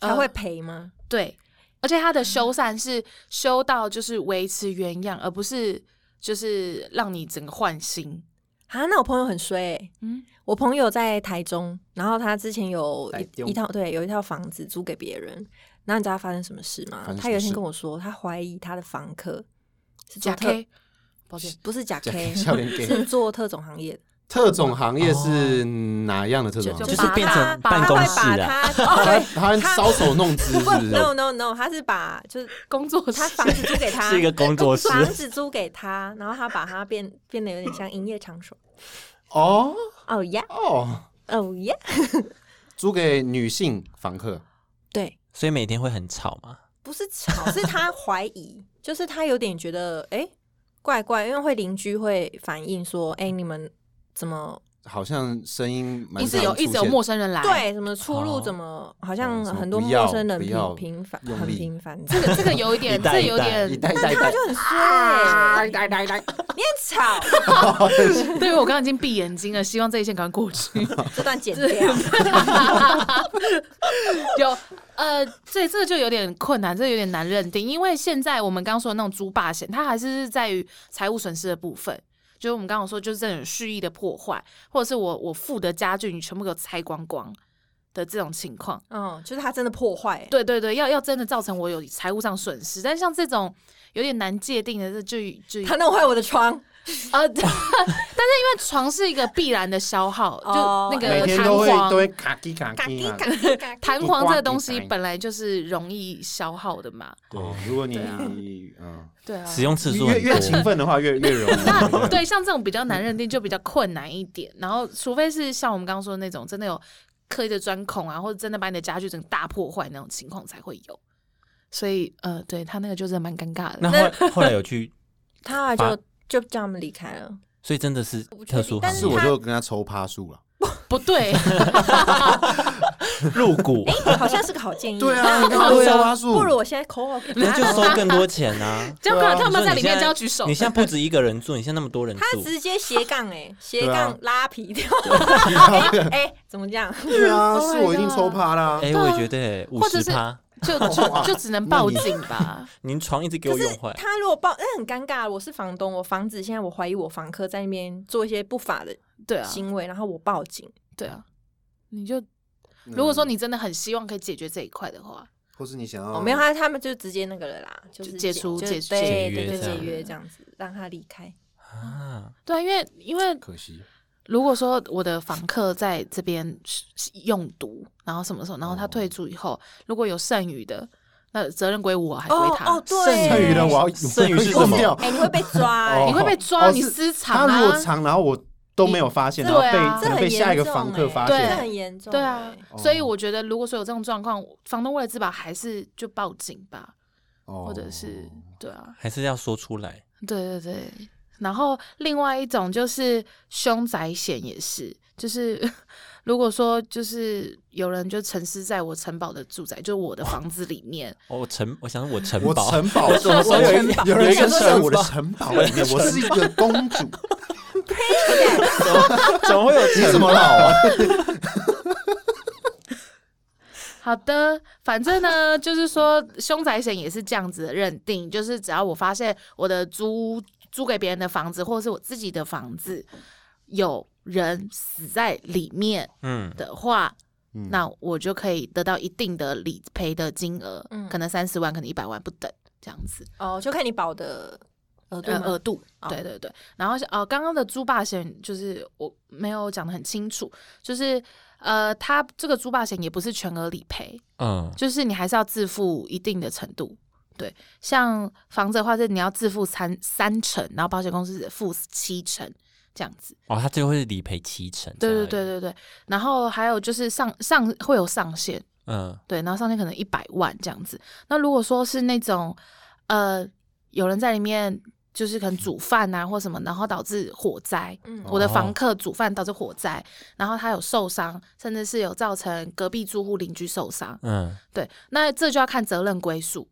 [SPEAKER 2] 呃
[SPEAKER 4] 才会赔吗？
[SPEAKER 2] 对，而且它的修缮是修到就是维持原样，而不是就是让你整个换新。
[SPEAKER 4] 啊，那我朋友很衰、欸，
[SPEAKER 2] 嗯，
[SPEAKER 4] 我朋友在台中，然后他之前有
[SPEAKER 1] 台
[SPEAKER 4] 一
[SPEAKER 1] 中
[SPEAKER 4] 一套对，有一套房子租给别人，然后你知道他发生什么事吗
[SPEAKER 1] 发？生
[SPEAKER 4] 他有一
[SPEAKER 1] 什么
[SPEAKER 4] 天
[SPEAKER 1] 事
[SPEAKER 4] 跟我说，他怀疑他的房客是做
[SPEAKER 2] 假
[SPEAKER 4] 特
[SPEAKER 2] K，抱歉，
[SPEAKER 4] 不是假
[SPEAKER 1] 假
[SPEAKER 4] K，
[SPEAKER 1] 笑脸给
[SPEAKER 4] 是做特种行业的，
[SPEAKER 1] 特种行业是哪样的特种行
[SPEAKER 2] 就哦
[SPEAKER 1] 业？
[SPEAKER 3] 就是
[SPEAKER 2] 把
[SPEAKER 3] 变成
[SPEAKER 2] 把
[SPEAKER 3] 办
[SPEAKER 4] 他
[SPEAKER 3] 公
[SPEAKER 4] 会
[SPEAKER 3] 室
[SPEAKER 4] 把
[SPEAKER 3] 啊，
[SPEAKER 4] 他哦对
[SPEAKER 1] 他
[SPEAKER 4] 他
[SPEAKER 1] 搔首弄姿是不是？
[SPEAKER 4] no no no，他是把就是
[SPEAKER 2] 工作
[SPEAKER 4] 他
[SPEAKER 2] 室
[SPEAKER 4] 房子租给他，
[SPEAKER 3] 是一个工作室
[SPEAKER 4] 房子租给他，然后他把它变变得有点像营业场所。
[SPEAKER 1] 哦
[SPEAKER 4] 哦呀，
[SPEAKER 1] 哦，
[SPEAKER 4] 哦呀，
[SPEAKER 1] 租给女性房客，
[SPEAKER 4] 对，
[SPEAKER 3] 所以每天会很吵嘛。
[SPEAKER 4] 不是吵，是他怀疑，就是他有点觉得哎、诶怪怪，因为会邻居会反映说，哎、你们怎么
[SPEAKER 1] 好像声音蛮
[SPEAKER 2] 一直
[SPEAKER 1] 常
[SPEAKER 2] 有
[SPEAKER 1] 出
[SPEAKER 2] 一直有
[SPEAKER 1] 现
[SPEAKER 2] 陌生人来。，
[SPEAKER 4] 对什么出入
[SPEAKER 3] 哦
[SPEAKER 4] 怎么好像
[SPEAKER 1] 哦什么
[SPEAKER 4] 很多
[SPEAKER 1] 不要
[SPEAKER 4] 陌生人
[SPEAKER 1] 不
[SPEAKER 4] 频
[SPEAKER 1] 要
[SPEAKER 4] 频繁
[SPEAKER 1] 用
[SPEAKER 4] 很
[SPEAKER 1] 力
[SPEAKER 4] 频繁，
[SPEAKER 2] 这个这个有一点，
[SPEAKER 3] 一
[SPEAKER 2] 这
[SPEAKER 3] 代
[SPEAKER 2] 个有
[SPEAKER 1] 一
[SPEAKER 2] 点。
[SPEAKER 1] 代一 代一代，
[SPEAKER 4] 很衰，你 很吵，
[SPEAKER 1] 哦
[SPEAKER 2] 对于我刚刚已经闭眼睛了，希望这一切赶快过去。
[SPEAKER 4] 这段剪掉。
[SPEAKER 2] 有呃，对，这个就有点困难，这个有点难认定，因为现在我们刚刚说的那种租霸险，它还是是在于财务损失的部分，就是我们刚刚说就是这种蓄意的破坏，或者是我我付的家具你全部给我拆光光的这种情况。
[SPEAKER 4] 嗯，就是他真的破坏、 欸
[SPEAKER 2] 对对对，要要真的造成我有财务上损失，但像这种有点难界定的，这就就
[SPEAKER 4] 他弄坏我的窗，
[SPEAKER 2] 呃， 但是因为床是一个必然的消耗，就
[SPEAKER 4] 哦
[SPEAKER 2] 那
[SPEAKER 1] 每
[SPEAKER 2] 个
[SPEAKER 1] 天
[SPEAKER 2] 弹
[SPEAKER 1] 都会
[SPEAKER 2] 簧
[SPEAKER 1] 都会卡叽卡
[SPEAKER 4] 嘎
[SPEAKER 1] 叽
[SPEAKER 4] 叽
[SPEAKER 1] 嘛
[SPEAKER 4] 嘎。叽嘎 叽。
[SPEAKER 2] 弹簧这个东西本来就是容易消耗的嘛，
[SPEAKER 1] 对，如果你
[SPEAKER 2] 对啊
[SPEAKER 1] 嗯，
[SPEAKER 2] 对啊，
[SPEAKER 3] 使用次数
[SPEAKER 1] 越
[SPEAKER 3] 很
[SPEAKER 1] 越勤
[SPEAKER 3] 多，
[SPEAKER 1] 奋的话，越越容易。
[SPEAKER 2] 对，像这种比较难认定就比较困难一点。然后，除非是像我们刚刚说的那种真的有刻意的钻孔啊，或者真的把你的家具整个大破坏那种情况才会有。所以，呃，对他那个就是蛮尴尬的。
[SPEAKER 3] 那后后来有去，
[SPEAKER 4] 他后来
[SPEAKER 3] 把
[SPEAKER 4] 就就叫他们离开了。
[SPEAKER 3] 所以真的是
[SPEAKER 4] 不确
[SPEAKER 3] 特
[SPEAKER 4] 定
[SPEAKER 3] 殊
[SPEAKER 4] 但
[SPEAKER 3] 行
[SPEAKER 1] 是
[SPEAKER 3] 业
[SPEAKER 1] 我就跟他抽趴数了。
[SPEAKER 2] 不对，
[SPEAKER 3] 入股，
[SPEAKER 4] 好像是个好建议。
[SPEAKER 1] 对，啊，你干嘛
[SPEAKER 3] 对啊
[SPEAKER 1] 抽趴数？
[SPEAKER 4] 不如我现在 call 给
[SPEAKER 3] 那
[SPEAKER 4] 他
[SPEAKER 3] 就 收更多钱啊！
[SPEAKER 2] 这样看
[SPEAKER 3] 对啊
[SPEAKER 2] 他们在里面
[SPEAKER 3] 你现
[SPEAKER 2] 就要举手
[SPEAKER 3] 你现在不止一个人住，你现在那么多人
[SPEAKER 4] 他
[SPEAKER 3] 住，
[SPEAKER 4] 直接斜杠哎、斜
[SPEAKER 1] 对啊
[SPEAKER 4] 杠拉皮条。哎、哎怎么这样？
[SPEAKER 1] 对啊，
[SPEAKER 2] Oh my
[SPEAKER 1] 是我一定
[SPEAKER 2] God
[SPEAKER 1] 抽趴啦。
[SPEAKER 3] 哎，我也觉得五
[SPEAKER 2] 嗯或者
[SPEAKER 3] 十
[SPEAKER 2] 是
[SPEAKER 3] 趴，
[SPEAKER 2] 就 就就只能报警吧。
[SPEAKER 3] 您床一直给
[SPEAKER 4] 可
[SPEAKER 3] 我
[SPEAKER 4] 是
[SPEAKER 3] 用坏，
[SPEAKER 4] 他如果报，那很尴尬。我是房东，我房子现在我怀疑我房客在那边做一些不法的
[SPEAKER 2] 对啊，
[SPEAKER 4] 行为，然后我报警。
[SPEAKER 2] 对啊，你就如果说你真的很希望可以解决这一块的话，
[SPEAKER 1] 或是你想要
[SPEAKER 4] 哦，没有他，他们就直接那个了啦，就是
[SPEAKER 2] 就解除
[SPEAKER 4] 就
[SPEAKER 2] 解除
[SPEAKER 4] 对
[SPEAKER 3] 解约
[SPEAKER 4] 对对
[SPEAKER 3] 这
[SPEAKER 4] 解
[SPEAKER 3] 样
[SPEAKER 4] 约这样子，让他离开。
[SPEAKER 3] 啊，
[SPEAKER 2] 对啊，因为因为
[SPEAKER 1] 可惜，
[SPEAKER 2] 如果说我的房客在这边用毒，然后什么时候，然后他
[SPEAKER 1] 哦
[SPEAKER 2] 退出以后，如果有剩余的，那责任归我，还归他。
[SPEAKER 4] 哦哦对
[SPEAKER 1] 剩余的我要
[SPEAKER 3] 剩余是
[SPEAKER 1] 我要
[SPEAKER 3] 什
[SPEAKER 1] 用
[SPEAKER 3] 么
[SPEAKER 1] 掉
[SPEAKER 4] 哎、你会被抓、
[SPEAKER 1] 哦
[SPEAKER 4] 哎
[SPEAKER 2] 你会被抓，
[SPEAKER 1] 哦
[SPEAKER 2] 你
[SPEAKER 1] 是
[SPEAKER 2] 私藏
[SPEAKER 1] 他如果
[SPEAKER 2] 啊。
[SPEAKER 1] 藏，然后我都没有发现，然后
[SPEAKER 2] 对
[SPEAKER 1] 被
[SPEAKER 2] 啊
[SPEAKER 1] 可
[SPEAKER 4] 欸这
[SPEAKER 1] 能
[SPEAKER 4] 很
[SPEAKER 1] 被
[SPEAKER 4] 严
[SPEAKER 1] 下一个
[SPEAKER 4] 重
[SPEAKER 1] 房客
[SPEAKER 4] 哎
[SPEAKER 1] 发
[SPEAKER 2] 对
[SPEAKER 1] 现
[SPEAKER 4] 这，很严重、
[SPEAKER 2] 对啊
[SPEAKER 4] 哎，
[SPEAKER 1] 哦
[SPEAKER 2] 所以我觉得，如果说有这种状况，房东为了自保，还是就报警吧，
[SPEAKER 1] 或
[SPEAKER 2] 或者是
[SPEAKER 1] 哦
[SPEAKER 2] 对啊，
[SPEAKER 3] 还是要说出来。
[SPEAKER 2] 对对对，然后另外一种就是凶宅险也是，就是 如果说就是有人就沉尸在我城堡的住宅，就是我的房子里面，
[SPEAKER 3] 哦，我城，我想我城
[SPEAKER 1] 我
[SPEAKER 3] 堡，
[SPEAKER 1] 城堡，我
[SPEAKER 3] 我有一
[SPEAKER 1] 有
[SPEAKER 3] 有
[SPEAKER 1] 人
[SPEAKER 3] 一
[SPEAKER 1] 生
[SPEAKER 3] 个
[SPEAKER 1] 在
[SPEAKER 3] 城
[SPEAKER 1] 我的
[SPEAKER 3] 堡
[SPEAKER 1] 城堡里面，我是一个公主，
[SPEAKER 3] 怎么会有
[SPEAKER 1] 你怎么老啊？
[SPEAKER 2] 好的，反正呢，就是说凶宅险也是这样子的认定，就是只要我发现我的租租给别人的房子，或者是我自己的房子有人死在里面
[SPEAKER 3] 嗯，
[SPEAKER 2] 的话，
[SPEAKER 1] 嗯
[SPEAKER 2] 那我就可以得到一定的理赔的金额，
[SPEAKER 4] 嗯
[SPEAKER 2] 可能三十万，可能一百万不等，这样子。
[SPEAKER 4] 哦，就看你保的额度
[SPEAKER 2] 呃
[SPEAKER 4] 吗、
[SPEAKER 2] 额度，
[SPEAKER 4] 哦
[SPEAKER 2] 对对对。然后是呃，刚刚的猪霸险就是我没有讲的很清楚，就是呃，它这个猪霸险也不是全额理赔，
[SPEAKER 3] 嗯，
[SPEAKER 2] 就是你还是要自付一定的程度。对，像房子的话是你要自付三三成，然后保险公司付七成这样子。
[SPEAKER 3] 哦，他最后是理赔七成，
[SPEAKER 2] 对对对，对对。然后还有就是上上会有上限，
[SPEAKER 3] 嗯，
[SPEAKER 2] 对，然后上限可能一百万这样子。那如果说是那种，呃，有人在里面就是可能煮饭啊或什么，然后导致火灾，
[SPEAKER 4] 嗯
[SPEAKER 2] 我的房
[SPEAKER 3] 哦
[SPEAKER 2] 客煮饭导致火灾，然后他有受伤，甚至是有造成隔壁住户邻居受伤，
[SPEAKER 3] 嗯，
[SPEAKER 2] 对，那这就要看责任归属。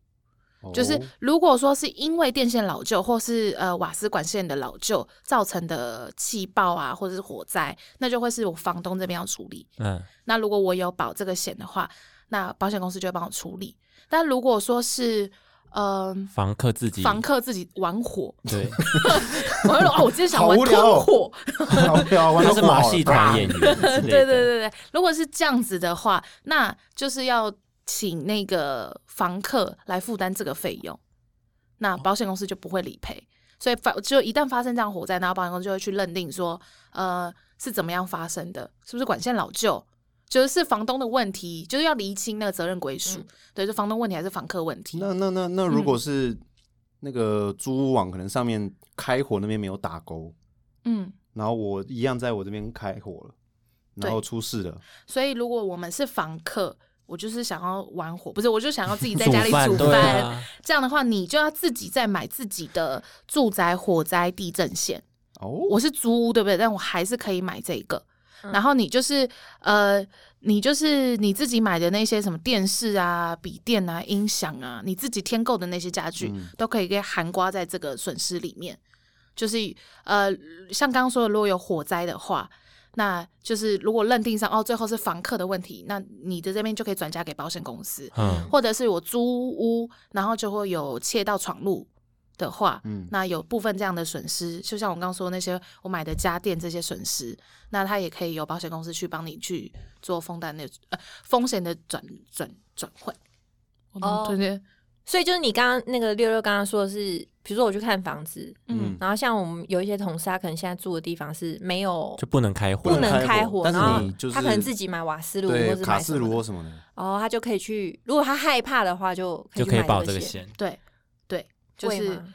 [SPEAKER 1] 哦
[SPEAKER 2] 就是如果说是因为电线老旧或是呃瓦斯管线的老旧造成的气爆啊或者是火灾，那就会是我房东这边要处理。
[SPEAKER 3] 嗯，
[SPEAKER 2] 那如果我有保这个险的话，那保险公司就会帮我处理。但如果说是嗯、
[SPEAKER 3] 房客自己，
[SPEAKER 2] 房客自己玩火，
[SPEAKER 3] 对，
[SPEAKER 2] 我就说哦，我今天想
[SPEAKER 1] 好
[SPEAKER 2] 玩
[SPEAKER 1] 无聊
[SPEAKER 2] 吞
[SPEAKER 1] 哦
[SPEAKER 2] 火，
[SPEAKER 1] 好对啊，玩
[SPEAKER 3] 他
[SPEAKER 1] 到
[SPEAKER 3] 是
[SPEAKER 1] 火
[SPEAKER 3] 马
[SPEAKER 1] 好了
[SPEAKER 3] 戏团演员之类的，
[SPEAKER 2] 对对对对，如果是这样子的话，那就是要请那个房客来负担这个费用，那保险公司就不会理赔。所以发就一旦发生这样火灾，然后保险公司就会去认定说，呃，是怎么样发生的，是不是管线老旧，就是是房东的问题，就是要厘清那个责任归属，
[SPEAKER 4] 嗯
[SPEAKER 2] 对，是房东问题还是房客问题？
[SPEAKER 1] 那那那那，如果是那个租屋网，可能上面开火那边没有打勾，
[SPEAKER 2] 嗯，
[SPEAKER 1] 然后我一样在我这边开火了，然后出事了，
[SPEAKER 2] 所以如果我们是房客。我就是想要玩火，不是，我就想要自己在家里
[SPEAKER 3] 煮
[SPEAKER 2] 煮
[SPEAKER 3] 对
[SPEAKER 2] 饭，
[SPEAKER 3] 啊，
[SPEAKER 2] 这样的话，你就要自己再买自己的住宅火灾地震险。
[SPEAKER 1] 哦，
[SPEAKER 2] 我是租屋，对不对？但我还是可以买这个。
[SPEAKER 4] 嗯
[SPEAKER 2] 然后你就是呃，你就是你自己买的那些什么电视啊、笔电啊、音响啊，你自己添购的那些家具，
[SPEAKER 1] 嗯
[SPEAKER 2] 都可以给含刮在这个损失里面。就是呃，像刚刚说的，如果有火灾的话，那就是如果认定上哦，最后是房客的问题，那你的这边就可以转嫁给保险公司。
[SPEAKER 3] 嗯，
[SPEAKER 2] 或者是我租屋，然后就会有窃盗闯入的话，
[SPEAKER 1] 嗯
[SPEAKER 2] 那有部分这样的损失，就像我刚刚说那些我买的家电这些损失，那它也可以由保险公司去帮你去做风单的呃风险的转转转换。
[SPEAKER 4] 哦
[SPEAKER 2] 对对，
[SPEAKER 4] 所以就是你刚刚那个六六刚刚说的是，比如说我去看房子，
[SPEAKER 2] 嗯
[SPEAKER 1] 嗯，
[SPEAKER 4] 然后像我们有一些同事，他可能现在住的地方是没有
[SPEAKER 3] 就不能开火，
[SPEAKER 4] 不
[SPEAKER 1] 能
[SPEAKER 4] 能
[SPEAKER 1] 开
[SPEAKER 4] 开
[SPEAKER 1] 火
[SPEAKER 4] 火，
[SPEAKER 1] 但是
[SPEAKER 4] 然后
[SPEAKER 1] 你就是
[SPEAKER 4] 他可能自己买瓦斯炉或
[SPEAKER 1] 对
[SPEAKER 4] 者
[SPEAKER 1] 卡式炉或
[SPEAKER 4] 什
[SPEAKER 1] 什么的，
[SPEAKER 4] 么的，哦，他就可以去。如果他害怕的话，就可以
[SPEAKER 3] 就
[SPEAKER 4] 去
[SPEAKER 3] 可以
[SPEAKER 4] 买
[SPEAKER 3] 报
[SPEAKER 4] 这
[SPEAKER 3] 这个
[SPEAKER 4] 险，
[SPEAKER 3] 险，
[SPEAKER 2] 对对，就
[SPEAKER 4] 贵
[SPEAKER 2] 是
[SPEAKER 4] 吗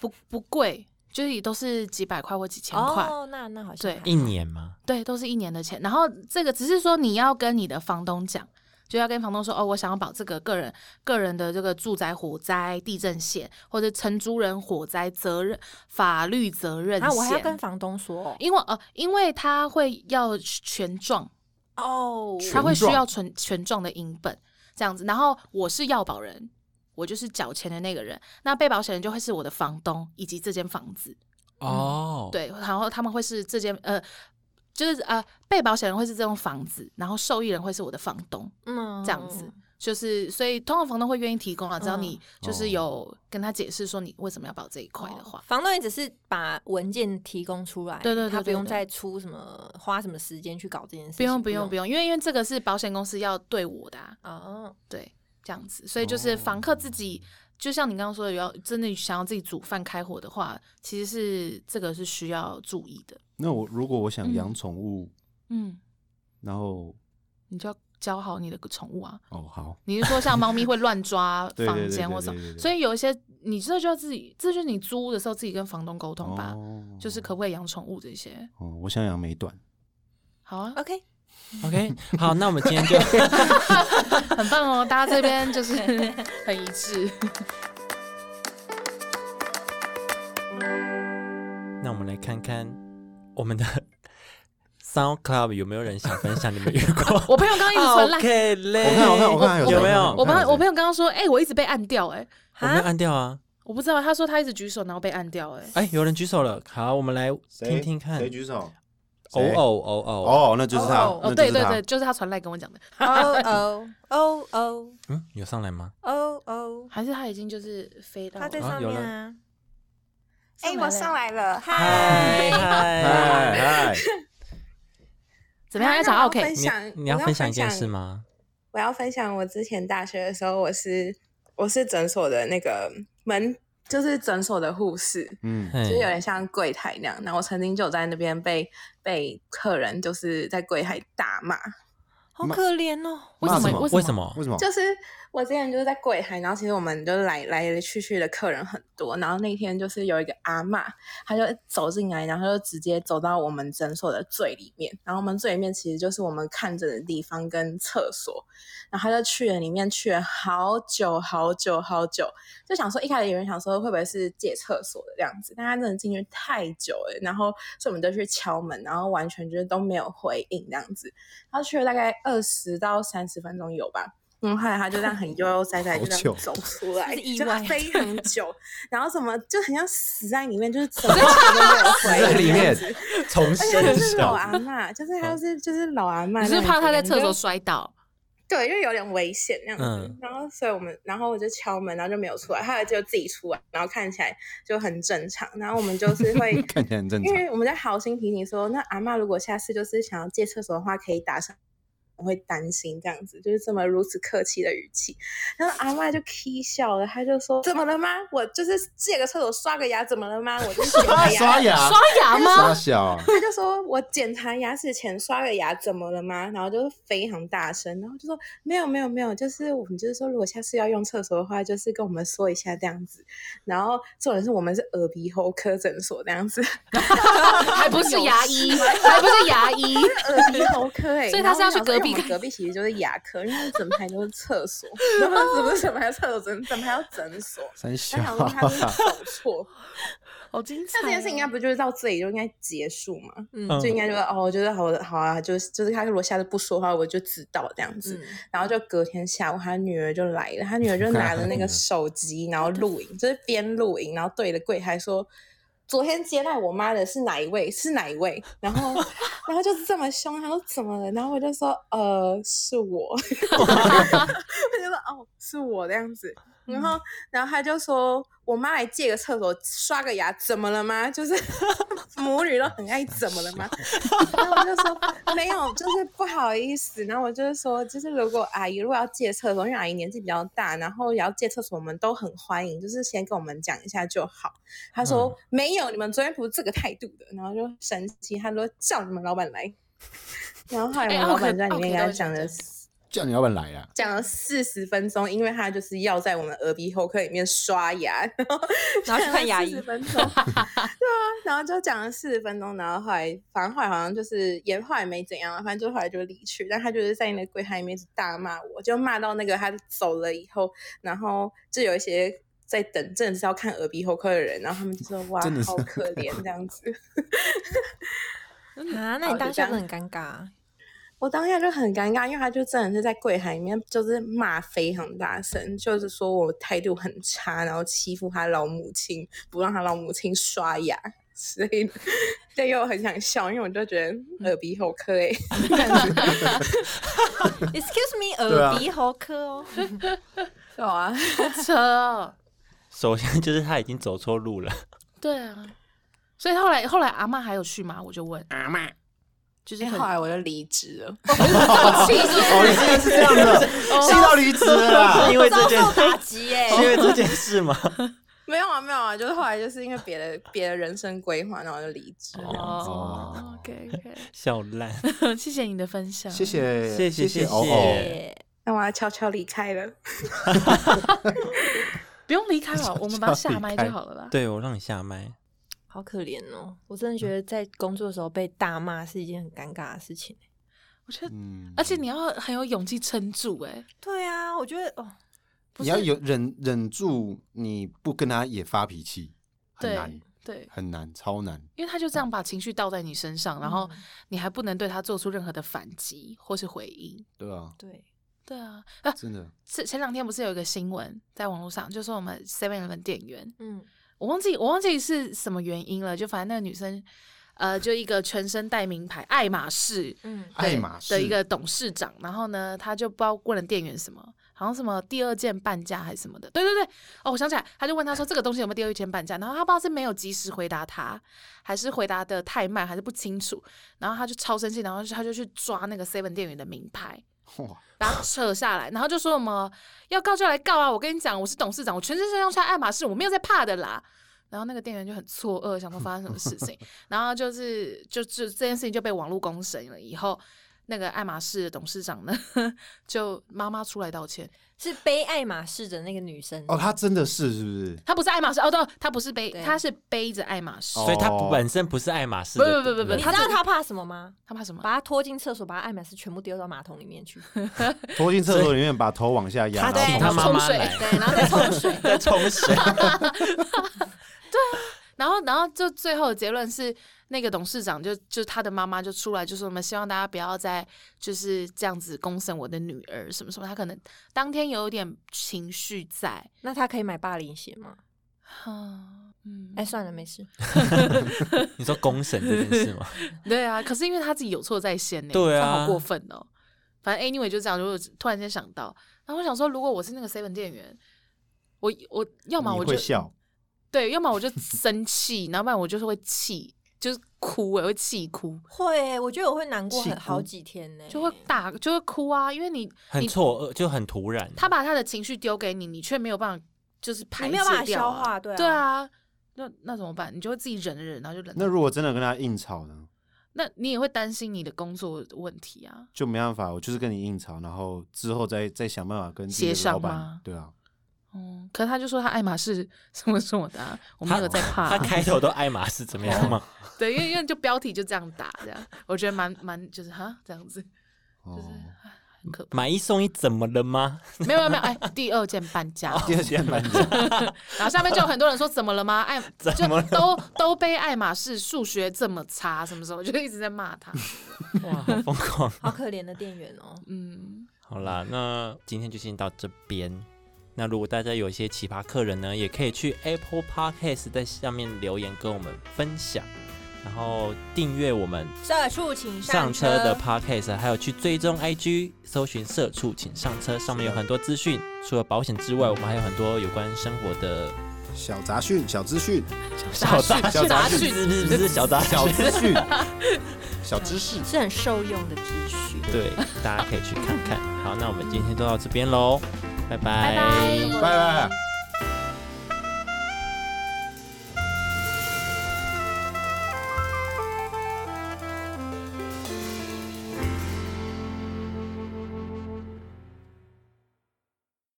[SPEAKER 2] 不不贵，就是也都是几百块或几千块。
[SPEAKER 4] 哦，那那好像
[SPEAKER 2] 对
[SPEAKER 4] 还好
[SPEAKER 3] 一年吗？
[SPEAKER 2] 对，都是一年的钱。然后这个只是说你要跟你的房东讲，就要跟房东说哦，我想要保这个个人个人的这个住宅火灾地震险，或者承租人火灾责任法律责任险。
[SPEAKER 4] 啊，我还要跟房东说哦
[SPEAKER 2] 因为呃，因为他会要权状，
[SPEAKER 4] 哦，
[SPEAKER 2] 他会需
[SPEAKER 1] 状
[SPEAKER 2] 要存权状的银本这样子。然后我是要保人，我就是缴钱的那个人，那被保险人就会是我的房东以及这间房子。
[SPEAKER 3] 哦，，
[SPEAKER 2] 对，然后他们会是这间呃，就是呃，被保险人会是这种房子，然后受益人会是我的房东，
[SPEAKER 4] 嗯
[SPEAKER 2] 这样子就是所以通常房东会愿意提供啊，只要
[SPEAKER 4] 嗯
[SPEAKER 2] 你
[SPEAKER 1] 哦
[SPEAKER 2] 就是有跟他解释说你为什么要保这一块的话，
[SPEAKER 4] 房东也只是把文件提供出来，
[SPEAKER 2] 对对对
[SPEAKER 4] 他不用
[SPEAKER 2] 对对
[SPEAKER 4] 再出什么花什么时间去搞这件事情，
[SPEAKER 2] 不用不用不
[SPEAKER 4] 用
[SPEAKER 2] 用，因为因为这个是保险公司要对我的、啊，
[SPEAKER 4] 哦，
[SPEAKER 2] 对，这样子，所以就是房客
[SPEAKER 1] 哦
[SPEAKER 2] 自己，就像你刚刚说的，要真的想要自己煮饭开火的话，其实是这个是需要注意的。
[SPEAKER 1] 那我如果我想
[SPEAKER 2] 嗯
[SPEAKER 1] 养宠物，
[SPEAKER 2] 嗯，
[SPEAKER 1] 然后
[SPEAKER 2] 你就要教好你的宠物啊。
[SPEAKER 1] 哦好，
[SPEAKER 2] 你是说像猫咪会乱抓
[SPEAKER 1] 对对
[SPEAKER 2] 房
[SPEAKER 1] 对
[SPEAKER 2] 间
[SPEAKER 1] 对
[SPEAKER 2] 或
[SPEAKER 1] 对
[SPEAKER 2] 什
[SPEAKER 1] 对对
[SPEAKER 2] 么？
[SPEAKER 1] 对
[SPEAKER 2] 所以有一些你这就要自己，这就是你租的时候自己跟房东沟通吧，
[SPEAKER 1] 哦
[SPEAKER 2] 就是可不可以养宠物这些。
[SPEAKER 1] 哦，我想养美短，
[SPEAKER 2] 好 啊，
[SPEAKER 4] ，OK，
[SPEAKER 3] OK，好，那我们今天就
[SPEAKER 2] 很棒哦，大家这边就是 很一致。？
[SPEAKER 3] 那我们来看看我们的 Sound Club 有没有人想分享你们遇过
[SPEAKER 2] 我朋友刚刚一
[SPEAKER 1] 啊
[SPEAKER 2] 直传来，
[SPEAKER 3] OK
[SPEAKER 1] 我
[SPEAKER 3] 嘞，
[SPEAKER 1] 看我看我看还有谁
[SPEAKER 3] 有没有？
[SPEAKER 2] 我朋友我朋
[SPEAKER 1] 友
[SPEAKER 2] 友刚刚说，哎、我一直被按掉、哎，
[SPEAKER 3] 我没有按掉啊！
[SPEAKER 2] 我不知道，他说他一直举手，然后被按掉、哎。
[SPEAKER 3] 哎，有人举手了，好，我们来听听看哦
[SPEAKER 1] 谁。举手？
[SPEAKER 3] 偶
[SPEAKER 1] 谁
[SPEAKER 3] 偶偶偶，
[SPEAKER 1] 哦，那就是他，
[SPEAKER 4] 哦
[SPEAKER 1] 那
[SPEAKER 2] 哦，
[SPEAKER 1] 就
[SPEAKER 2] 对
[SPEAKER 1] 是
[SPEAKER 2] 对
[SPEAKER 1] 他
[SPEAKER 2] 对，就是他传来跟我讲的，
[SPEAKER 4] 哦哦哦
[SPEAKER 3] 嗯，有上来吗？
[SPEAKER 4] 哦哦，
[SPEAKER 2] 还是他已经就是飞到
[SPEAKER 4] 他在
[SPEAKER 3] 啊
[SPEAKER 4] 上
[SPEAKER 3] 有
[SPEAKER 4] 面
[SPEAKER 3] 了
[SPEAKER 4] 啊，
[SPEAKER 5] 哎、我上来了，嗨。
[SPEAKER 3] 啊嗨嗨，
[SPEAKER 1] 嗨嗨，
[SPEAKER 2] 怎么样？要讲
[SPEAKER 5] 啊那我要
[SPEAKER 2] OK，
[SPEAKER 5] 分
[SPEAKER 3] 你
[SPEAKER 5] 享
[SPEAKER 3] 你要
[SPEAKER 5] 我要
[SPEAKER 3] 分享一
[SPEAKER 5] 分
[SPEAKER 3] 件
[SPEAKER 5] 享
[SPEAKER 3] 事吗？
[SPEAKER 5] 我要分享我之前大学的时候，我是我是诊所的那个门，就是诊所的护士，
[SPEAKER 1] 嗯，
[SPEAKER 5] 就是有
[SPEAKER 3] 嘿，
[SPEAKER 5] 点像柜台那样。然后我曾经就在那边被被客人就是在柜台大骂，
[SPEAKER 4] 好
[SPEAKER 1] 妈
[SPEAKER 4] 可怜哦，
[SPEAKER 2] 为
[SPEAKER 1] 骂
[SPEAKER 2] 什
[SPEAKER 1] 什
[SPEAKER 2] 么？
[SPEAKER 1] 么
[SPEAKER 3] 为
[SPEAKER 2] 为
[SPEAKER 3] 什
[SPEAKER 2] 什么？
[SPEAKER 3] 么
[SPEAKER 1] 为？什么？
[SPEAKER 5] 就是我之前就是在柜台，然后其实我们就是来来来去去的客人很多，然后那天就是有一个阿嬷，她就走进来，然后她就直接走到我们诊所的最里面，然后我们最里面其实就是我们看诊的地方跟厕所，然后她就去了里面去了好久好久好久，就想说一开始有人想说会不会是借厕所的这样子，但她真的进去太久了，然后所以我们就去敲门，然后完全就是都没有回应这样子，然后去了大概二十到三十分钟有吧，嗯，后来他就这样很悠悠哉哉
[SPEAKER 1] 好
[SPEAKER 5] 就这
[SPEAKER 1] 久，
[SPEAKER 5] 样走出来，
[SPEAKER 4] 是不是意
[SPEAKER 5] 就
[SPEAKER 4] 外
[SPEAKER 5] 非常久，然后怎么就很像死在里面，就是怎么都没有回
[SPEAKER 3] 在里
[SPEAKER 5] 这样
[SPEAKER 3] 面
[SPEAKER 5] 子
[SPEAKER 3] 重
[SPEAKER 5] 而
[SPEAKER 3] 新
[SPEAKER 5] 且就是老
[SPEAKER 3] 想
[SPEAKER 5] 阿嬷，就是他就是就是老阿嬷那
[SPEAKER 2] 你
[SPEAKER 5] 样子，
[SPEAKER 2] 是不是怕他在厕
[SPEAKER 5] 你
[SPEAKER 2] 所
[SPEAKER 5] 就
[SPEAKER 2] 摔倒？
[SPEAKER 5] 对，因为有点危险那样子。
[SPEAKER 3] 嗯
[SPEAKER 5] 然后，所以我们，然后我就敲门，然后就没有出来，后来就自己出来，然后看起来就很正常。然后我们就是会
[SPEAKER 1] 看起来很正
[SPEAKER 5] 因
[SPEAKER 1] 常，
[SPEAKER 5] 为我们在好心提醒说，那阿嬷如果下次就是想要借厕所的话，可以打上。我会担心这样子，就是这么如此客气的语气，然后阿嬷就 k 笑了，她就说：“怎么了吗？我就是借个厕所刷个牙，怎么了吗？我就是刷牙，
[SPEAKER 1] 刷牙
[SPEAKER 2] 刷牙
[SPEAKER 1] 刷
[SPEAKER 2] 吗？
[SPEAKER 1] 小 啊，
[SPEAKER 5] 他就说我检查牙齿前刷个牙怎么了吗？然后就是非常大声，然后就说没有没有没有，就是我们就是说如果下次要用厕所的话，就是跟我们说一下这样子。然后重点是我们是耳鼻喉科诊所这样子，
[SPEAKER 2] 还不是牙医，还不是牙 医。
[SPEAKER 5] 耳鼻喉科哎、
[SPEAKER 2] 所以他是要去
[SPEAKER 5] 然后我
[SPEAKER 2] 隔壁
[SPEAKER 5] 想说因为我
[SPEAKER 2] 看
[SPEAKER 5] 们隔壁其实就是牙科，因为整排都是厕所， 然后怎么整排厕所，整整排要诊所。
[SPEAKER 1] 三小
[SPEAKER 5] 他，想说他是走错，
[SPEAKER 2] 好精彩哦
[SPEAKER 5] 那这件事情应该不就是到这里就应该结束吗？
[SPEAKER 4] 嗯
[SPEAKER 3] 嗯
[SPEAKER 5] 就应该就是哦，我觉得好好啊，就是就是他如果下次不说话，我就知道这样子。
[SPEAKER 4] 嗯
[SPEAKER 5] 然后就隔天下午，他女儿就来了，他女儿就拿着那个手机，然后录影，就是边录影，然后对着柜台说：“昨天接待我妈的是哪一位？是哪一位？”然后，然后就是这么凶，他说：“怎么了？”然后我就说：“呃，是我。” 他就说：“哦，是我这样子。”然后，然后他就说：“我妈来借个厕所刷个牙，怎么了吗？”就是 母女都很爱怎么了吗？然后我就说没有，就是不好意思。然后我就是说，就是如果阿姨如果要借厕所，因为阿姨年纪比较大，然后也要借厕所，我们都很欢迎，就是先跟我们讲一下就好。他说、
[SPEAKER 3] 嗯
[SPEAKER 5] 没有，你们昨天不是这个态度的，然后就生气，他说叫你们老板来。然后后来我
[SPEAKER 2] 哎
[SPEAKER 5] 们
[SPEAKER 2] 奥
[SPEAKER 5] 老
[SPEAKER 2] 克
[SPEAKER 5] 板在里
[SPEAKER 2] 奥克
[SPEAKER 5] 面
[SPEAKER 2] 都
[SPEAKER 5] 跟他
[SPEAKER 2] 会
[SPEAKER 5] 讲
[SPEAKER 2] 这
[SPEAKER 5] 了
[SPEAKER 2] 样
[SPEAKER 1] 叫你老板来啊，
[SPEAKER 5] 讲了四十分钟，因为他就是要在我们耳鼻喉科里面刷牙，然后
[SPEAKER 4] 然后去看牙医
[SPEAKER 5] 四十分钟，对啊，然后就讲了四十分钟，然后后来反正后来好像就是也后来没怎样，反正就后来就离去，但他就是在那个柜台里面一直大骂我，就骂到那个他走了以后，然后就有一些。在等，真的是要看耳鼻喉科的人，然后他们就说：“哇
[SPEAKER 1] 真的，是
[SPEAKER 5] 好可怜这样子。”
[SPEAKER 4] 啊，那你
[SPEAKER 5] 好就
[SPEAKER 4] 当
[SPEAKER 5] 这
[SPEAKER 4] 下真的很
[SPEAKER 5] 样
[SPEAKER 4] 尴尬，
[SPEAKER 5] 我当下就很尴尬，因为他就真的是在柜台里面，就是骂非常大声，就是说我态度很差，然后欺负他老母亲，不让他老母亲刷牙之类的。对，因为我很想笑，因为我就觉得耳鼻喉科哎、欸，
[SPEAKER 4] Excuse me，
[SPEAKER 1] 对啊
[SPEAKER 4] 耳鼻喉科哦，
[SPEAKER 5] 对啊，
[SPEAKER 2] 扯哦。
[SPEAKER 3] 首先就是他已经走错路了，
[SPEAKER 2] 对啊，所以后来后来阿嬷还有去吗？我就问阿嬷，就是
[SPEAKER 1] 哎
[SPEAKER 2] 很
[SPEAKER 5] 后
[SPEAKER 1] 啊
[SPEAKER 5] 来我就离职了。
[SPEAKER 2] 好 气
[SPEAKER 1] 哦，你竟然是这样的，
[SPEAKER 2] 哦
[SPEAKER 1] 气到离职了啦
[SPEAKER 3] 是！因为这件
[SPEAKER 4] 遭受打击哎、
[SPEAKER 3] 是因为这件事吗？
[SPEAKER 5] 没有啊，没有啊，就是后来就是因为别的别的人生规划，然后就离职了。
[SPEAKER 2] 哦，OK OK，
[SPEAKER 3] 笑烂，
[SPEAKER 2] 谢 谢你的分享，
[SPEAKER 1] 谢。谢
[SPEAKER 3] 谢谢
[SPEAKER 1] 谢
[SPEAKER 3] 谢谢
[SPEAKER 1] 哦哦，
[SPEAKER 5] 那我要悄悄离开了。
[SPEAKER 2] 不用离开 了，我们把它下麦
[SPEAKER 1] 离开
[SPEAKER 2] 就好了啦。
[SPEAKER 3] 对我让你下麦，
[SPEAKER 4] 好可怜哦！我真的觉得在工作的时候被大骂是一件很尴尬的事情。
[SPEAKER 2] 我觉得，
[SPEAKER 1] 嗯
[SPEAKER 2] 而且你要很有勇气撑住，哎，
[SPEAKER 4] 对啊，我觉得哦，
[SPEAKER 2] 不
[SPEAKER 1] 你
[SPEAKER 2] 是
[SPEAKER 1] 要有忍忍住，你不跟他也发脾气，很难
[SPEAKER 2] 对对，
[SPEAKER 1] 很难，超难。
[SPEAKER 2] 因为他就这样把情绪倒在你身上，然后
[SPEAKER 4] 嗯
[SPEAKER 2] 你还不能对他做出任何的反击或是回应。
[SPEAKER 1] 对啊，
[SPEAKER 4] 对，
[SPEAKER 2] 对啊，啊，
[SPEAKER 1] 真的，
[SPEAKER 2] 这前两天不是有一个新闻在网络上，就说我们 Seven Eleven 店员，
[SPEAKER 4] 嗯，
[SPEAKER 2] 我忘记我忘记是什么原因了，就反正那个女生，呃，就一个全身带名牌爱马仕，
[SPEAKER 4] 嗯
[SPEAKER 1] 爱马仕
[SPEAKER 2] 的一个董事长，然后呢，他就不知道问了店员什么，好像什么第二件半价还是什么的。对对对，哦，我想起来，他就问他说这个东西有没有第二件半价，然后他不知道是没有及时回答他，还是回答的太慢，还是不清楚，然后他就超生气，然后他就去抓那个 seven 店员的名牌。
[SPEAKER 1] 哇，
[SPEAKER 2] 把它扯下来，然后就说什么要告就来告啊！我跟你讲，我是董事长，我全身上下穿爱马仕，我没有在怕的啦。然后那个店员就很错愕，想说发生什么事情，然后就是就就这件事情就被网络公审了。以后那个爱马仕的董事长呢， 就妈妈出来道歉，
[SPEAKER 4] 是背爱马仕的那个女生
[SPEAKER 1] 哦，他真的是是不是？
[SPEAKER 2] 她不是爱马仕哦，对，她不是背，
[SPEAKER 4] 对
[SPEAKER 2] 她是背着爱马仕，
[SPEAKER 1] 哦
[SPEAKER 3] 所以他本身不是爱马仕的，
[SPEAKER 2] 不不不不不
[SPEAKER 4] 你知
[SPEAKER 2] 他
[SPEAKER 4] 道
[SPEAKER 2] 这
[SPEAKER 4] 他怕什么吗？
[SPEAKER 2] 她怕什么？
[SPEAKER 4] 把他拖进厕所，把他爱马仕全部丢到马桶里面去，
[SPEAKER 1] 拖进厕所里面，把头往下压，
[SPEAKER 3] 他
[SPEAKER 1] 然后
[SPEAKER 3] 请
[SPEAKER 1] 冲
[SPEAKER 3] 他妈
[SPEAKER 2] 冲
[SPEAKER 3] 妈
[SPEAKER 2] 水
[SPEAKER 3] 来
[SPEAKER 4] 对，然后再冲水。
[SPEAKER 3] 在冲水，
[SPEAKER 2] 然后，然后就最后的结论是，那个董事长就就他的妈妈就出来就说，我们希望大家不要再就是这样子公审我的女儿什么什么。他可能当天有一点情绪在，
[SPEAKER 4] 那他可以买霸凌鞋吗？
[SPEAKER 2] 啊，嗯，
[SPEAKER 4] 哎，算了，没事。
[SPEAKER 3] 你说公审这件事吗？
[SPEAKER 2] 对啊，可是因为他自己有错在先呢，
[SPEAKER 3] 对啊
[SPEAKER 2] 他好过分哦。反正 anyway 就这样，如果突然间想到，然后我想说，如果我是那个 seven 店员，我我要么
[SPEAKER 1] 你
[SPEAKER 2] 我就
[SPEAKER 1] 会笑，
[SPEAKER 2] 对，要么我就生气，然后不然我就是会气，就是哭，欸我会气哭。
[SPEAKER 4] 会，我觉得我会难过
[SPEAKER 1] 气
[SPEAKER 4] 很
[SPEAKER 1] 哭
[SPEAKER 3] 哦
[SPEAKER 4] 好几天 呢，
[SPEAKER 2] 就会打，就会哭啊，因为你
[SPEAKER 3] 很
[SPEAKER 2] 你
[SPEAKER 3] 错愕，就很突然。
[SPEAKER 2] 他把他的情绪丢给你，你却没有办法就是排
[SPEAKER 4] 你
[SPEAKER 2] 解掉
[SPEAKER 4] 没有
[SPEAKER 2] 啊、
[SPEAKER 4] 办法消化，对啊，
[SPEAKER 2] 对，啊，那那怎么办？你就会自己忍着忍，然后就忍
[SPEAKER 1] 那
[SPEAKER 2] 着。
[SPEAKER 1] 如果真的跟他硬吵呢，
[SPEAKER 2] 那你也会担心你的工作问题啊。
[SPEAKER 1] 就没办法，我就是跟你硬吵，然后之后再再想办法跟自己的
[SPEAKER 2] 协商
[SPEAKER 1] 老板
[SPEAKER 2] 吗，
[SPEAKER 1] 对啊，
[SPEAKER 2] 嗯，可是他就说他爱马仕什么什么的啊、我没有在怕啊、
[SPEAKER 3] 他开头都爱马仕怎么样吗？
[SPEAKER 2] 对，因为因为就标题就这样打，这样我觉得蛮蛮就是哈这样子，
[SPEAKER 1] 哦，
[SPEAKER 2] 很可怕。
[SPEAKER 3] 买一送一怎么了吗？
[SPEAKER 2] 没有没有没有，哎，第二件半价，
[SPEAKER 3] 哦
[SPEAKER 1] 第二 件搬家，
[SPEAKER 2] 然后下面就有很多人说怎么了吗？爱
[SPEAKER 3] 怎
[SPEAKER 2] 就
[SPEAKER 3] 么了
[SPEAKER 2] 都都被爱马仕数学这么差，什么什么，就一直在骂他。
[SPEAKER 3] 哇，好 疯狂！
[SPEAKER 4] 好可怜的店员 哦。
[SPEAKER 2] 嗯，
[SPEAKER 3] 好啦，那今天就先到这边。那如果大家有一些奇葩客人呢，也可以去 Apple Podcast 在下面留言跟我们分享，然后订阅我们
[SPEAKER 4] 社畜请
[SPEAKER 3] 上
[SPEAKER 4] 车
[SPEAKER 3] 车的 Podcast，还有去追踪 IG 搜寻“社畜请上车”，上面有很多资讯。除了保险之外，我们还有很多有关生活的
[SPEAKER 1] 小杂讯、小资讯、
[SPEAKER 2] 小杂讯
[SPEAKER 3] 小杂
[SPEAKER 2] 小杂
[SPEAKER 3] 讯，
[SPEAKER 2] 讯
[SPEAKER 3] 是不是不是小杂
[SPEAKER 1] 小
[SPEAKER 3] 讯？
[SPEAKER 1] 资讯、小知识，
[SPEAKER 4] 是很受用的资讯。
[SPEAKER 3] 对，大家可以去看看。好，那我们今天就到这边喽，拜
[SPEAKER 2] 拜拜
[SPEAKER 1] 拜拜。